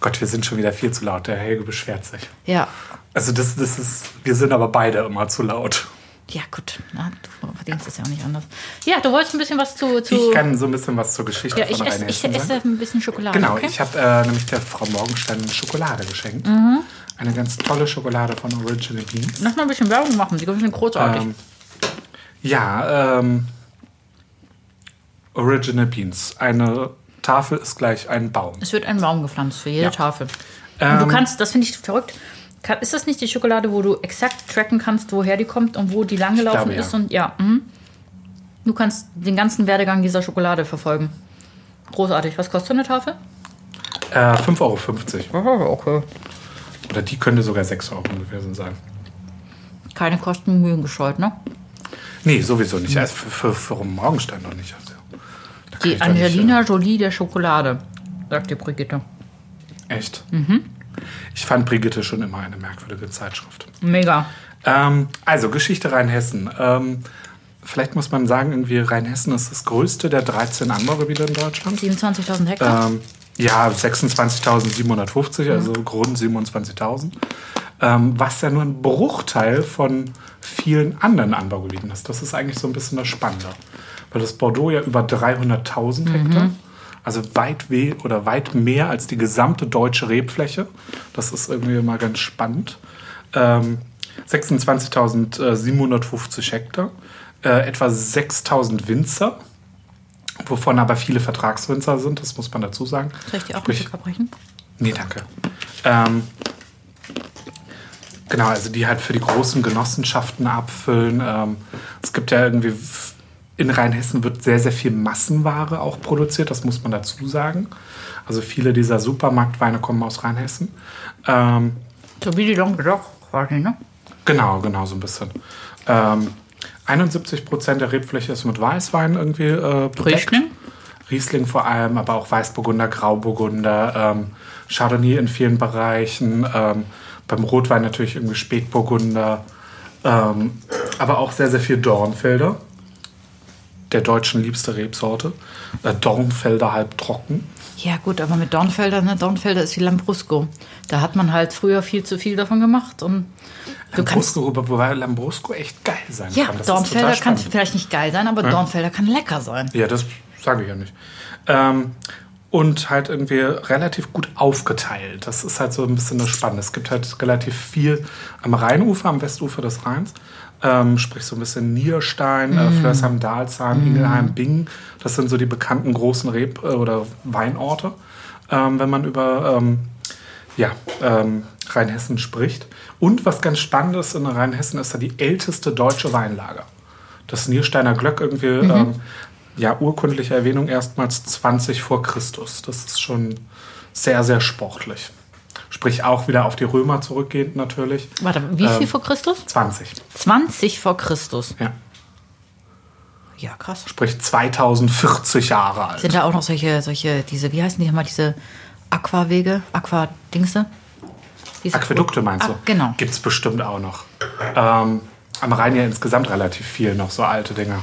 Speaker 3: Gott, wir sind schon wieder viel zu laut. Der Helge beschwert sich.
Speaker 2: Ja,
Speaker 3: Also das, das ist, wir sind aber beide immer zu laut.
Speaker 2: Ja, gut. Na, du verdienst es ja auch nicht anders. Ja, du wolltest ein bisschen was zu. zu
Speaker 3: Ich kann so ein bisschen was zur Geschichte
Speaker 2: ja, ich
Speaker 3: von
Speaker 2: esse, ich
Speaker 3: Rheinhessen
Speaker 2: esse
Speaker 3: sagen.
Speaker 2: ein bisschen Schokolade.
Speaker 3: Genau,
Speaker 2: okay?
Speaker 3: ich habe äh, nämlich der Frau Morgenstern Schokolade geschenkt.
Speaker 2: Mhm.
Speaker 3: Eine ganz tolle Schokolade von Original Beans.
Speaker 2: Lass mal ein bisschen Werbung machen. Die sind großartig.
Speaker 3: Ähm, ja, ähm, Original Beans. Eine Tafel ist gleich ein Baum.
Speaker 2: es wird ein Baum gepflanzt für jede
Speaker 3: Ja. Ähm,
Speaker 2: Tafel. Und du kannst, das finde ich verrückt. Ka- Ist das nicht die Schokolade, wo du exakt tracken kannst, woher die kommt und wo die langgelaufen
Speaker 3: Ich glaube,
Speaker 2: ist?
Speaker 3: ja.
Speaker 2: Und ja, mhm. du kannst den ganzen Werdegang dieser Schokolade verfolgen. Großartig. Was kostet so eine Tafel?
Speaker 3: Äh, 5,50 Euro.
Speaker 2: okay.
Speaker 3: Oder die könnte sogar 6 Euro gewesen sein.
Speaker 2: Keine Kosten Mühen gescheut, ne?
Speaker 3: Nee, sowieso nicht. Also für, für, für Morgenstern noch nicht. Also, da kann
Speaker 2: Mhm. Die
Speaker 3: ich doch nicht,
Speaker 2: Angelina Jolie der Schokolade, sagt die Brigitte.
Speaker 3: äh, echt. Ich fand Brigitte schon immer eine merkwürdige Zeitschrift.
Speaker 2: Mega.
Speaker 3: Ähm, also, Geschichte Rheinhessen. Ähm, vielleicht muss man sagen, irgendwie Rheinhessen ist das größte der 13 Anbaugebiete in Deutschland.
Speaker 2: 27.000 Hektar.
Speaker 3: Ähm, ja, 26.750, also rund 27.000. Ähm, was ja nur ein Bruchteil von vielen anderen Anbaugebieten ist. Das ist eigentlich so ein bisschen das Spannende. Weil das Bordeaux ja über 300.000 Hektar, also weit weh oder weit mehr als die gesamte deutsche Rebfläche. Das ist irgendwie mal ganz spannend. Ähm, 26.750 Hektar, äh, etwa 6.000 Winzer wovon aber viele Vertragswinzer sind, das muss man dazu sagen.
Speaker 2: Soll ich dir auch ein
Speaker 3: Sprich-
Speaker 2: Stück abbrechen?
Speaker 3: Nee, danke. Ähm, genau, also die halt für die großen Genossenschaften abfüllen. Ähm, es gibt ja irgendwie, f- in Rheinhessen wird sehr, sehr viel Massenware auch produziert, das muss man dazu sagen. Also viele dieser Supermarktweine kommen aus Rheinhessen. Ähm,
Speaker 2: So wie die Long Dock quasi, ne?
Speaker 3: Genau, genau, so ein bisschen. Ähm, 71 Prozent der Rebfläche ist mit Weißwein irgendwie äh, bedeckt.
Speaker 2: Riesling?
Speaker 3: Riesling vor allem, aber auch Weißburgunder, Grauburgunder, ähm, Chardonnay in vielen Bereichen, ähm, beim Rotwein natürlich irgendwie Spätburgunder, ähm, aber auch sehr, sehr viel Dornfelder. der deutschen liebste Rebsorte. Äh, Dornfelder halbtrocken.
Speaker 2: Ja, gut, aber mit Dornfelder, ne? Dornfelder ist wie Lambrusco. Da hat man halt früher viel zu viel davon gemacht. Und du kannst.
Speaker 3: Lambrusco, wobei Lambrusco echt geil sein
Speaker 2: Ja,
Speaker 3: kann. Das ist
Speaker 2: Dornfelder
Speaker 3: total
Speaker 2: kann
Speaker 3: spannend.
Speaker 2: vielleicht nicht geil sein, aber Dornfelder kann lecker sein.
Speaker 3: Ja, das sage ich ja nicht. Ähm, und halt irgendwie relativ gut aufgeteilt. Das ist halt so ein bisschen das Spannende. Es gibt halt relativ viel am Rheinufer, am Westufer des Rheins. Ähm, sprich so ein bisschen Nierstein, äh, Flörsheim, Dalsheim, Ingelheim, Bingen. Das sind so die bekannten großen Reb- äh, oder Weinorte, ähm, wenn man über ähm, ja, ähm, Rheinhessen spricht. Und was ganz Spannendes in Rheinhessen ist da die älteste deutsche Weinlager. Das Niersteiner Glöck irgendwie,
Speaker 2: Mhm.
Speaker 3: ähm, ja, urkundliche Erwähnung erstmals 20 vor Christus. Das ist schon sehr, sehr sportlich. Sprich auch wieder auf die Römer zurückgehend natürlich.
Speaker 2: Warte, wie viel
Speaker 3: Ähm,
Speaker 2: vor Christus?
Speaker 3: 20,
Speaker 2: 20 vor Christus.
Speaker 3: ja.
Speaker 2: Ja, krass.
Speaker 3: Sprich 2040 Jahre alt.
Speaker 2: Sind da auch noch solche, solche, diese, wie heißen die immer, diese Aquawege, Aquadingse? Diese-
Speaker 3: Aquädukte meinst du?
Speaker 2: Ah, genau.
Speaker 3: Gibt es bestimmt auch noch. Ähm, am Rhein ja insgesamt relativ viel noch so alte Dinger.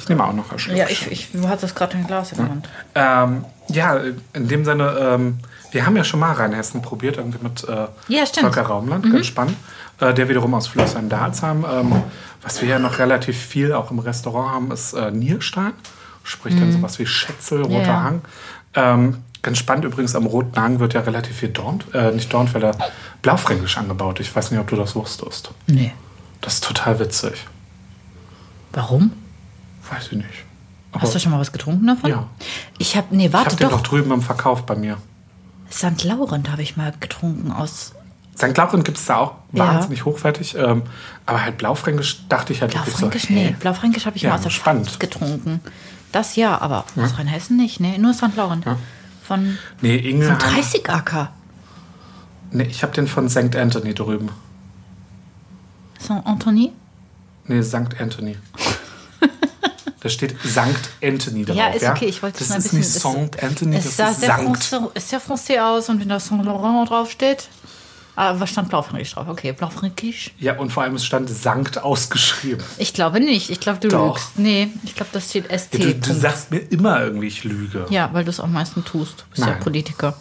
Speaker 3: Ich nehme auch noch ein Schluck.
Speaker 2: Mhm. Ja, ich, ich hatte das gerade ein Glas in der Hand.
Speaker 3: Ähm, ja, in dem Sinne, ähm, wir haben ja schon mal Rheinhessen probiert, irgendwie mit äh,
Speaker 2: Ja, stimmt. Mhm.
Speaker 3: Volker Raumland, ganz spannend. Äh, der wiederum aus Flößheim-Dalsheim. Ähm, was wir ja noch relativ viel auch im Restaurant haben, ist äh, Nierstein. Sprich dann sowas wie Schätzel, Roter
Speaker 2: Mhm. ja.
Speaker 3: Hang. Ähm, ganz spannend übrigens, am Roten Hang wird ja relativ viel Dorn, äh, nicht Dornfelder, Blaufränkisch angebaut. Ich weiß nicht, ob du das wusstest.
Speaker 2: Nee.
Speaker 3: Das ist total witzig.
Speaker 2: Warum?
Speaker 3: Weiß ich nicht. Aber
Speaker 2: Hast du schon mal was getrunken davon?
Speaker 3: Ja.
Speaker 2: Ich habe, nee,
Speaker 3: ich
Speaker 2: warte
Speaker 3: habe den
Speaker 2: doch.
Speaker 3: noch drüben im Verkauf bei mir.
Speaker 2: St. Laurent habe ich mal getrunken aus.
Speaker 3: St. Laurent gibt es da auch
Speaker 2: Ja.
Speaker 3: wahnsinnig hochwertig. Ähm, aber halt Blaufränkisch dachte ich halt wirklich so.
Speaker 2: Blaufränkisch?
Speaker 3: hä?
Speaker 2: nee, Blaufränkisch habe ich
Speaker 3: Ja,
Speaker 2: mal aus der
Speaker 3: spannend.
Speaker 2: Pfalz getrunken. Das ja, aber aus Rheinhessen nicht, nee, nur St. Laurent. Von,
Speaker 3: Nee,
Speaker 2: von
Speaker 3: Ingelheim.
Speaker 2: 30 AK.
Speaker 3: Nee, ich habe den von St. Anthony drüben.
Speaker 2: St. Anthony?
Speaker 3: Nee, St.
Speaker 2: *laughs*
Speaker 3: Anthony. da steht St. Anthony drauf.
Speaker 2: Ja, ist okay, ich wollte
Speaker 3: Genau, das
Speaker 2: es mal ein
Speaker 3: ist
Speaker 2: bisschen.
Speaker 3: nicht St. Anthony,
Speaker 2: es
Speaker 3: das
Speaker 2: sah
Speaker 3: ist
Speaker 2: sehr,
Speaker 3: Sankt.
Speaker 2: Franzö- es sah français aus und wenn da Saint Laurent draufsteht. Ah, was stand Blaufränkisch drauf? Okay, Blaufränkisch?
Speaker 3: Ja, und vor allem es stand Sankt ausgeschrieben.
Speaker 2: Ich glaube nicht. Ich glaube, du
Speaker 3: Doch.
Speaker 2: lügst. Nee, ich glaube, das steht ST.
Speaker 3: Ja, du, du
Speaker 2: Punkt.
Speaker 3: sagst mir immer irgendwie, ich lüge.
Speaker 2: Ja, weil du es am meisten tust. Du bist ja
Speaker 3: Nein.
Speaker 2: Politiker.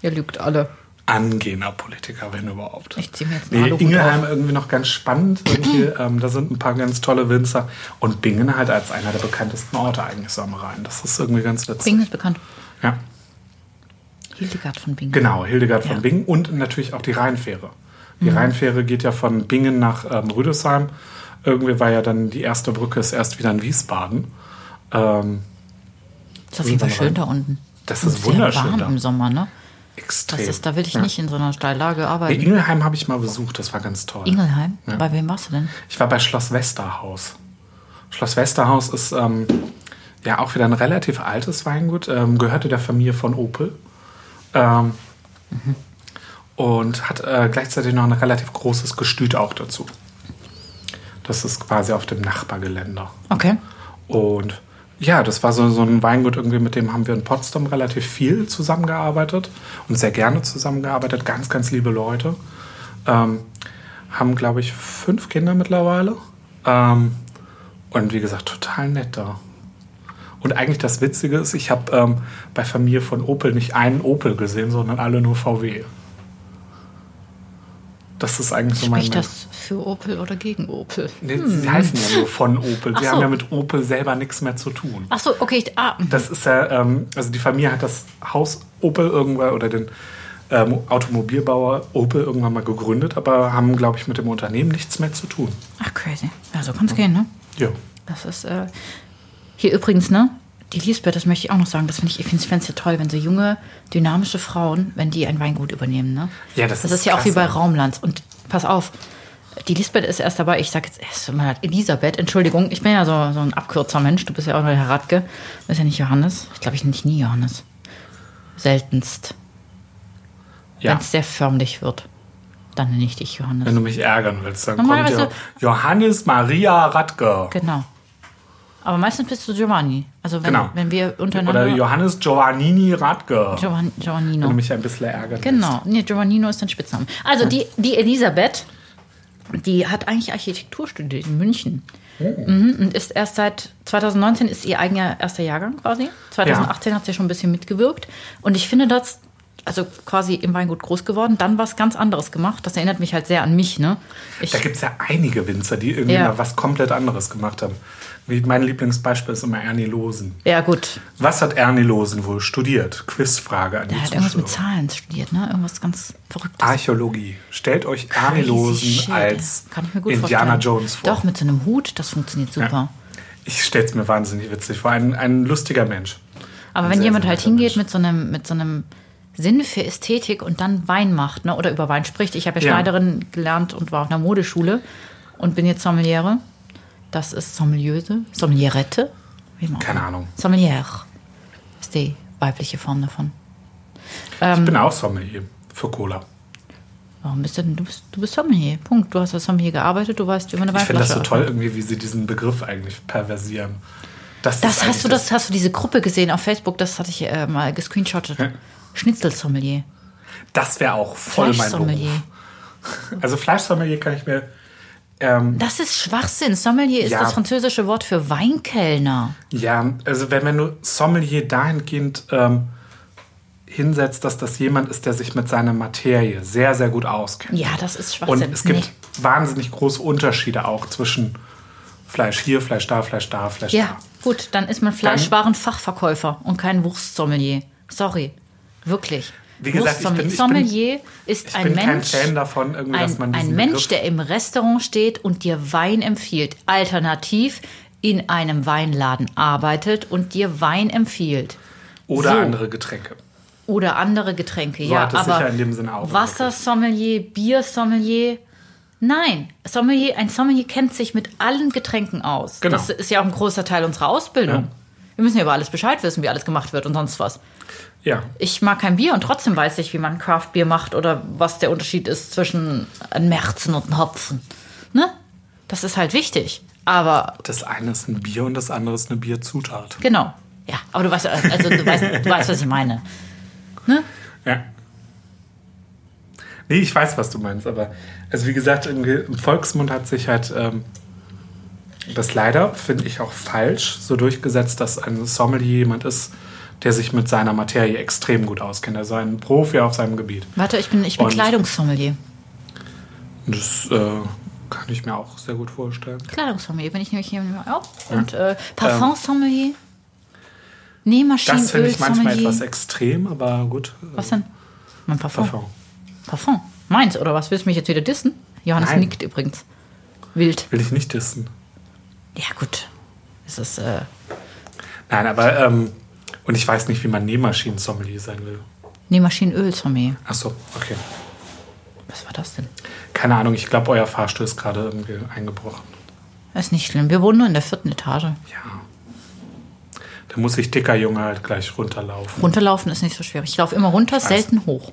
Speaker 2: Ihr lügt alle.
Speaker 3: angehender Politiker, wenn überhaupt.
Speaker 2: Ich zieh mir jetzt einen
Speaker 3: nee,
Speaker 2: Aluhut
Speaker 3: Ingelheim irgendwie noch ganz spannend.
Speaker 2: *clears throat*
Speaker 3: Irgendwie, ähm, da sind ein paar ganz tolle Winzer. Und Bingen halt als einer der bekanntesten Orte eigentlich so am Rhein. Das ist irgendwie ganz witzig.
Speaker 2: Bingen ist bekannt.
Speaker 3: Ja,
Speaker 2: Hildegard von Bingen.
Speaker 3: genau. Hildegard von
Speaker 2: Ja. Mhm.
Speaker 3: Bingen und natürlich auch die Rheinfähre. Die Rheinfähre geht ja von Bingen nach ähm, Rüdesheim. Irgendwie war ja dann die erste Brücke ist erst wieder in Wiesbaden. Ähm,
Speaker 2: Ist auf jeden Fall schön da unten.
Speaker 3: Das
Speaker 2: Und
Speaker 3: ist wunderschön
Speaker 2: Sehr warm
Speaker 3: da.
Speaker 2: im Sommer, ne?
Speaker 3: extrem.
Speaker 2: Das ist, da will ich nicht in so einer Steillage
Speaker 3: Nee,
Speaker 2: arbeiten.
Speaker 3: Ingelheim habe ich mal besucht. Das war ganz toll.
Speaker 2: Ingelheim? Bei wem warst du denn?
Speaker 3: Ich war bei Schloss Westerhaus. Schloss Westerhaus ist ähm, ja auch wieder ein relativ altes Weingut, ähm, gehörte der Familie von Opel. Ähm, Und hat äh, gleichzeitig noch ein relativ großes Gestüt auch dazu. Das ist quasi auf dem Nachbargelände.
Speaker 2: Okay.
Speaker 3: Und ja, das war so, so ein Weingut irgendwie, mit dem haben wir in Potsdam relativ viel zusammengearbeitet und sehr gerne zusammengearbeitet. Ganz, ganz liebe Leute. Ähm, haben, glaube ich, fünf Kinder mittlerweile. Ähm, und wie gesagt, total nett da. Und eigentlich das Witzige ist, ich habe ähm, bei Familie von Opel nicht einen Opel gesehen, sondern alle nur VW. Das ist eigentlich so mein
Speaker 2: Spricht das für Opel oder gegen Opel?
Speaker 3: Nee, Sie heißen ja nur von Opel.
Speaker 2: Ach
Speaker 3: Sie
Speaker 2: so.
Speaker 3: haben ja mit Opel selber nichts mehr zu tun.
Speaker 2: Ach so, okay. Ich, ah,
Speaker 3: Das ist ja, ähm, also die Familie hat das Haus Opel irgendwann oder den ähm, Automobilbauer Opel irgendwann mal gegründet, aber haben, glaube ich, mit dem Unternehmen nichts mehr zu tun.
Speaker 2: ach, crazy. Ja, so kann's gehen, ne?
Speaker 3: Ja.
Speaker 2: Das ist äh, hier übrigens, ne? Die Lisbeth, das möchte ich auch noch sagen, das finde ich, ich finde es ja toll, wenn so junge, dynamische Frauen, wenn die ein Weingut übernehmen, ne?
Speaker 3: Ja, das
Speaker 2: das
Speaker 3: ist
Speaker 2: ist, ja auch
Speaker 3: krass,
Speaker 2: wie bei
Speaker 3: ne?
Speaker 2: Raumlands. Und pass auf, die Lisbeth ist erst dabei, ich sage jetzt erst mal Elisabeth, Entschuldigung, ich bin ja so, so ein abkürzer Mensch, du bist ja auch nur der Herr Radke, du bist ja nicht Johannes. Ich glaube, ich nenne dich nie Johannes. Seltenst.
Speaker 3: ja.
Speaker 2: Wenn es sehr förmlich wird, dann nenne ich dich Johannes.
Speaker 3: Wenn du mich ärgern willst, dann kommt
Speaker 2: Normalerweise-
Speaker 3: ja Johannes Maria Radke.
Speaker 2: Genau. Aber meistens bist du Giovanni. Also wenn,
Speaker 3: Genau.
Speaker 2: wenn wir untereinander.
Speaker 3: Oder Johannes Giovannini Radke.
Speaker 2: Giovan Giovannino.
Speaker 3: Wenn du mich ein bisschen ärgern
Speaker 2: Genau, nee, Giovannino ist ein Spitzname. Also die, die Elisabeth, die hat eigentlich Architektur studiert in München.
Speaker 3: Oh.
Speaker 2: Mhm, und ist erst seit 2019 ist ihr eigener erster Jahrgang quasi. 2018 hat sie schon ein bisschen mitgewirkt. Und ich finde das, also quasi im Weingut groß geworden, dann was ganz anderes gemacht. Das erinnert mich halt sehr an mich, ne? Ich,
Speaker 3: Da gibt es ja einige Winzer, die irgendwie
Speaker 2: Ja.
Speaker 3: mal was komplett anderes gemacht haben. Wie mein Lieblingsbeispiel ist immer Ernie Losen.
Speaker 2: ja, gut.
Speaker 3: Was hat Ernie Losen wohl studiert? Quizfrage an die
Speaker 2: Er hat irgendwas
Speaker 3: Zuschauer.
Speaker 2: mit Zahlen studiert, ne? Irgendwas ganz Verrücktes.
Speaker 3: Archäologie. Stellt euch Ernie
Speaker 2: Crazy
Speaker 3: Losen
Speaker 2: shit,
Speaker 3: als
Speaker 2: ja. Kann ich mir gut
Speaker 3: Indiana
Speaker 2: vorstellen.
Speaker 3: Jones vor.
Speaker 2: Doch, mit so einem Hut, das funktioniert super.
Speaker 3: Ja. Ich stelle es mir wahnsinnig witzig vor. Ein, ein lustiger Mensch.
Speaker 2: Aber
Speaker 3: Ein
Speaker 2: wenn
Speaker 3: sehr,
Speaker 2: jemand
Speaker 3: sehr
Speaker 2: halt
Speaker 3: netter
Speaker 2: hingeht
Speaker 3: Mensch.
Speaker 2: mit so, einem, mit so einem Sinn für Ästhetik und dann Wein macht ne? oder über Wein spricht, ich habe ja
Speaker 3: Ja.
Speaker 2: Schneiderin gelernt und war auf einer Modeschule und bin jetzt Sommeliere. Das ist Sommeliere, Sommelierette? Wie man
Speaker 3: Keine Ahnung.
Speaker 2: Sommeliere ist die weibliche Form davon. Ähm,
Speaker 3: Ich bin auch Sommelier für Cola.
Speaker 2: Warum bist du denn? Du bist, du bist Sommelier. Punkt. Du hast als Sommelier gearbeitet, du weißt, wie man eine
Speaker 3: Ich finde
Speaker 2: Weinflasche
Speaker 3: das so
Speaker 2: öffnet.
Speaker 3: toll, irgendwie, wie sie diesen Begriff eigentlich perversieren. Das, ist
Speaker 2: Das hast du,
Speaker 3: eigentlich
Speaker 2: das hast du diese Gruppe gesehen auf Facebook, das hatte ich äh, mal gescreenshottet. Schnitzelsommelier.
Speaker 3: Das wäre auch voll mein Beruf.
Speaker 2: Fleischsommelier.
Speaker 3: Also Fleischsommelier kann ich mir. Ähm,
Speaker 2: Das ist Schwachsinn. Sommelier ist
Speaker 3: Ja.
Speaker 2: das französische Wort für Weinkellner.
Speaker 3: ja, also wenn man nur Sommelier dahingehend ähm, hinsetzt, dass das jemand ist, der sich mit seiner Materie sehr, sehr gut auskennt.
Speaker 2: Ja, das ist
Speaker 3: Und
Speaker 2: Schwachsinn.
Speaker 3: es gibt
Speaker 2: Nee.
Speaker 3: wahnsinnig große Unterschiede auch zwischen Fleisch hier, Fleisch da, Fleisch da, Fleisch
Speaker 2: Ja, gut, dann ist man Fleischwarenfachverkäufer und kein Wurstsommelier. Sorry. Wirklich.
Speaker 3: Wie gesagt, ich bin-
Speaker 2: Wurstsommelier
Speaker 3: ich bin-
Speaker 2: Sommelier ist
Speaker 3: da.
Speaker 2: ein
Speaker 3: Ich bin kein
Speaker 2: Mensch.
Speaker 3: Fan davon, irgendwie, dass man
Speaker 2: ein,
Speaker 3: diesen
Speaker 2: ein Mensch,
Speaker 3: Begriff,
Speaker 2: der im Restaurant steht und dir Wein empfiehlt. Alternativ in einem Weinladen arbeitet und dir Wein empfiehlt.
Speaker 3: oder
Speaker 2: so.
Speaker 3: andere Getränke.
Speaker 2: Oder andere Getränke,
Speaker 3: So
Speaker 2: ja.
Speaker 3: hat es sich
Speaker 2: aber
Speaker 3: ja in dem Sinne auch
Speaker 2: Wassersommelier, Biersommelier. Nein, Sommelier, ein Sommelier kennt sich mit allen Getränken aus.
Speaker 3: Genau.
Speaker 2: Das ist ja auch ein großer Teil unserer Ausbildung. Wir müssen ja über alles Bescheid wissen, wie alles gemacht wird und sonst was.
Speaker 3: Ja,
Speaker 2: Ich mag kein Bier und trotzdem weiß ich, wie man Craft-Bier macht oder was der Unterschied ist zwischen einem Märzen und einem Hopfen. Ne? Das ist halt wichtig. Aber
Speaker 3: das eine ist ein Bier und das andere ist eine Bierzutat.
Speaker 2: genau. Ja, aber du weißt, also, du weißt, du weißt was ich meine.
Speaker 3: Ja. Nee, ich weiß, was du meinst, aber also wie gesagt, im, Ge- im Volksmund hat sich halt ähm, das leider, finde ich auch falsch, so durchgesetzt, dass ein Sommelier jemand ist, der sich mit seiner Materie extrem gut auskennt. Also ein Profi auf seinem Gebiet.
Speaker 2: Warte, ich bin, ich bin
Speaker 3: Und-
Speaker 2: Kleidungssommelier.
Speaker 3: Und das äh, kann ich mir auch sehr gut vorstellen.
Speaker 2: Kleidungssommelier bin ich nämlich hier auch. Und äh, Parfumsommelier. Nähmaschinenöl.
Speaker 3: Ähm. Das finde ich manchmal
Speaker 2: Sommelier.
Speaker 3: etwas extrem, aber gut. äh,
Speaker 2: Was denn? Mein Parfum. Parfum.
Speaker 3: Parfum.
Speaker 2: Meins, oder was? Willst du mich jetzt wieder dissen? Johannes
Speaker 3: Nein.
Speaker 2: nickt übrigens. Wild.
Speaker 3: Will ich nicht dissen.
Speaker 2: Ja, gut. Es ist, äh,
Speaker 3: Nein, aber ähm, und ich weiß nicht, wie man Nähmaschinen-Sommelier sein will.
Speaker 2: Nähmaschinenöl Sommelier.
Speaker 3: Ach so, okay.
Speaker 2: Was war das denn?
Speaker 3: Keine Ahnung, ich glaube, euer Fahrstuhl ist gerade irgendwie eingebrochen.
Speaker 2: Ist nicht schlimm. Wir wohnen nur in der vierten Etage.
Speaker 3: Ja. Da muss ich dicker Junge halt gleich runterlaufen.
Speaker 2: Runterlaufen ist nicht so schwierig. Ich laufe immer runter, selten hoch.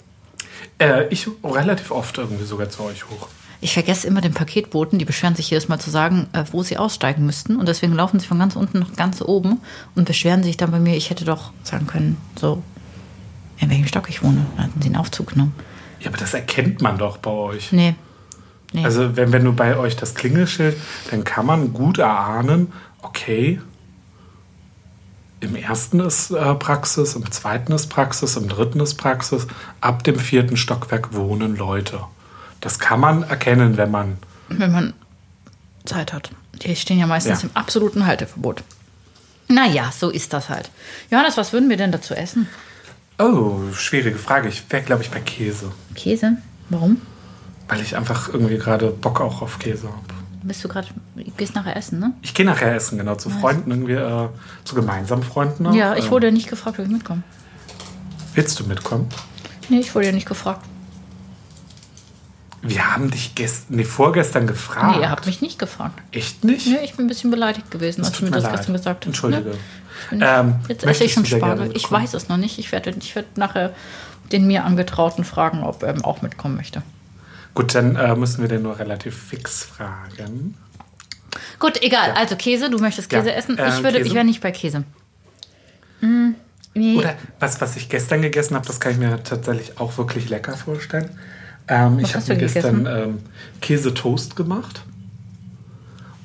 Speaker 3: Äh, ich relativ oft irgendwie sogar zu euch hoch.
Speaker 2: Ich vergesse immer den Paketboten, die beschweren sich jedes Mal zu sagen, äh, wo sie aussteigen müssten. Und deswegen laufen sie von ganz unten nach ganz oben und beschweren sich dann bei mir, ich hätte doch sagen können, so, in welchem Stock ich wohne. Dann hatten sie einen Aufzug genommen.
Speaker 3: Ja, aber das erkennt man doch bei euch.
Speaker 2: Nee. Nee.
Speaker 3: Also, wenn, wenn du bei euch das Klingelschild, dann kann man gut erahnen, okay, im ersten ist äh, Praxis, im zweiten ist Praxis, im dritten ist Praxis, ab dem vierten Stockwerk wohnen Leute. Das kann man erkennen, wenn man.
Speaker 2: wenn man Zeit hat. Die stehen ja meistens
Speaker 3: Ja.
Speaker 2: im absoluten Halteverbot. Naja, so ist das halt. Johannes, was würden wir denn dazu essen?
Speaker 3: Oh, schwierige Frage. Ich wäre, glaube ich, bei Käse.
Speaker 2: Käse? Warum?
Speaker 3: Weil ich einfach irgendwie gerade Bock auch auf Käse habe.
Speaker 2: Bist du gerade, gehst nachher essen, ne?
Speaker 3: Ich gehe nachher essen, genau, zu Freunden irgendwie, äh, zu gemeinsamen Freunden. auch.
Speaker 2: Ja, ich
Speaker 3: Ähm,
Speaker 2: wurde ja nicht gefragt, ob ich mitkomme.
Speaker 3: Willst du mitkommen?
Speaker 2: Nee, ich wurde ja nicht gefragt.
Speaker 3: Wir haben dich gest nee, vorgestern gefragt.
Speaker 2: Nee, ihr habt mich nicht gefragt.
Speaker 3: Echt nicht?
Speaker 2: Nee, ich bin ein bisschen beleidigt gewesen, als du mir das gestern gesagt hast.
Speaker 3: Entschuldige.
Speaker 2: Ne?
Speaker 3: Ähm,
Speaker 2: Jetzt
Speaker 3: möchtest
Speaker 2: esse ich schon
Speaker 3: du sehr gerne
Speaker 2: Spargel. Ich
Speaker 3: mitkommen?
Speaker 2: weiß es noch nicht. Ich werde, ich werde nachher den mir angetrauten fragen, ob er auch mitkommen möchte.
Speaker 3: Gut, dann äh, müssen wir den nur relativ fix fragen.
Speaker 2: Gut, egal. Also Käse, du möchtest
Speaker 3: Ja,
Speaker 2: Käse essen. Ich
Speaker 3: äh,
Speaker 2: würde,
Speaker 3: Käse.
Speaker 2: ich wäre nicht bei Käse. Hm, nee.
Speaker 3: Oder was, was ich gestern gegessen habe, das kann ich mir tatsächlich auch wirklich lecker vorstellen. Ähm, ich
Speaker 2: hast
Speaker 3: habe mir
Speaker 2: du denn
Speaker 3: gestern ähm, Käsetoast gemacht.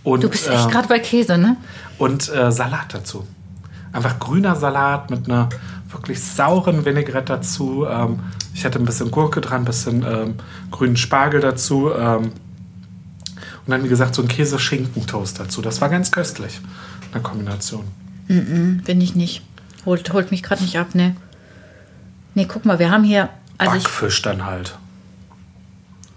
Speaker 3: Und,
Speaker 2: Du bist echt
Speaker 3: äh,
Speaker 2: gerade bei Käse, ne?
Speaker 3: und äh, Salat dazu. Einfach grüner Salat mit einer wirklich sauren Vinaigrette dazu. Ähm, ich hatte ein bisschen Gurke dran, ein bisschen ähm, grünen Spargel dazu. Ähm, und dann, wie gesagt, so ein Käse-Schinken-Toast dazu. Das war ganz köstlich. Eine Kombination.
Speaker 2: Bin ich nicht. Holt, holt mich gerade nicht ab, ne? Ne, guck mal, wir haben hier. Also ich
Speaker 3: Backfisch dann halt.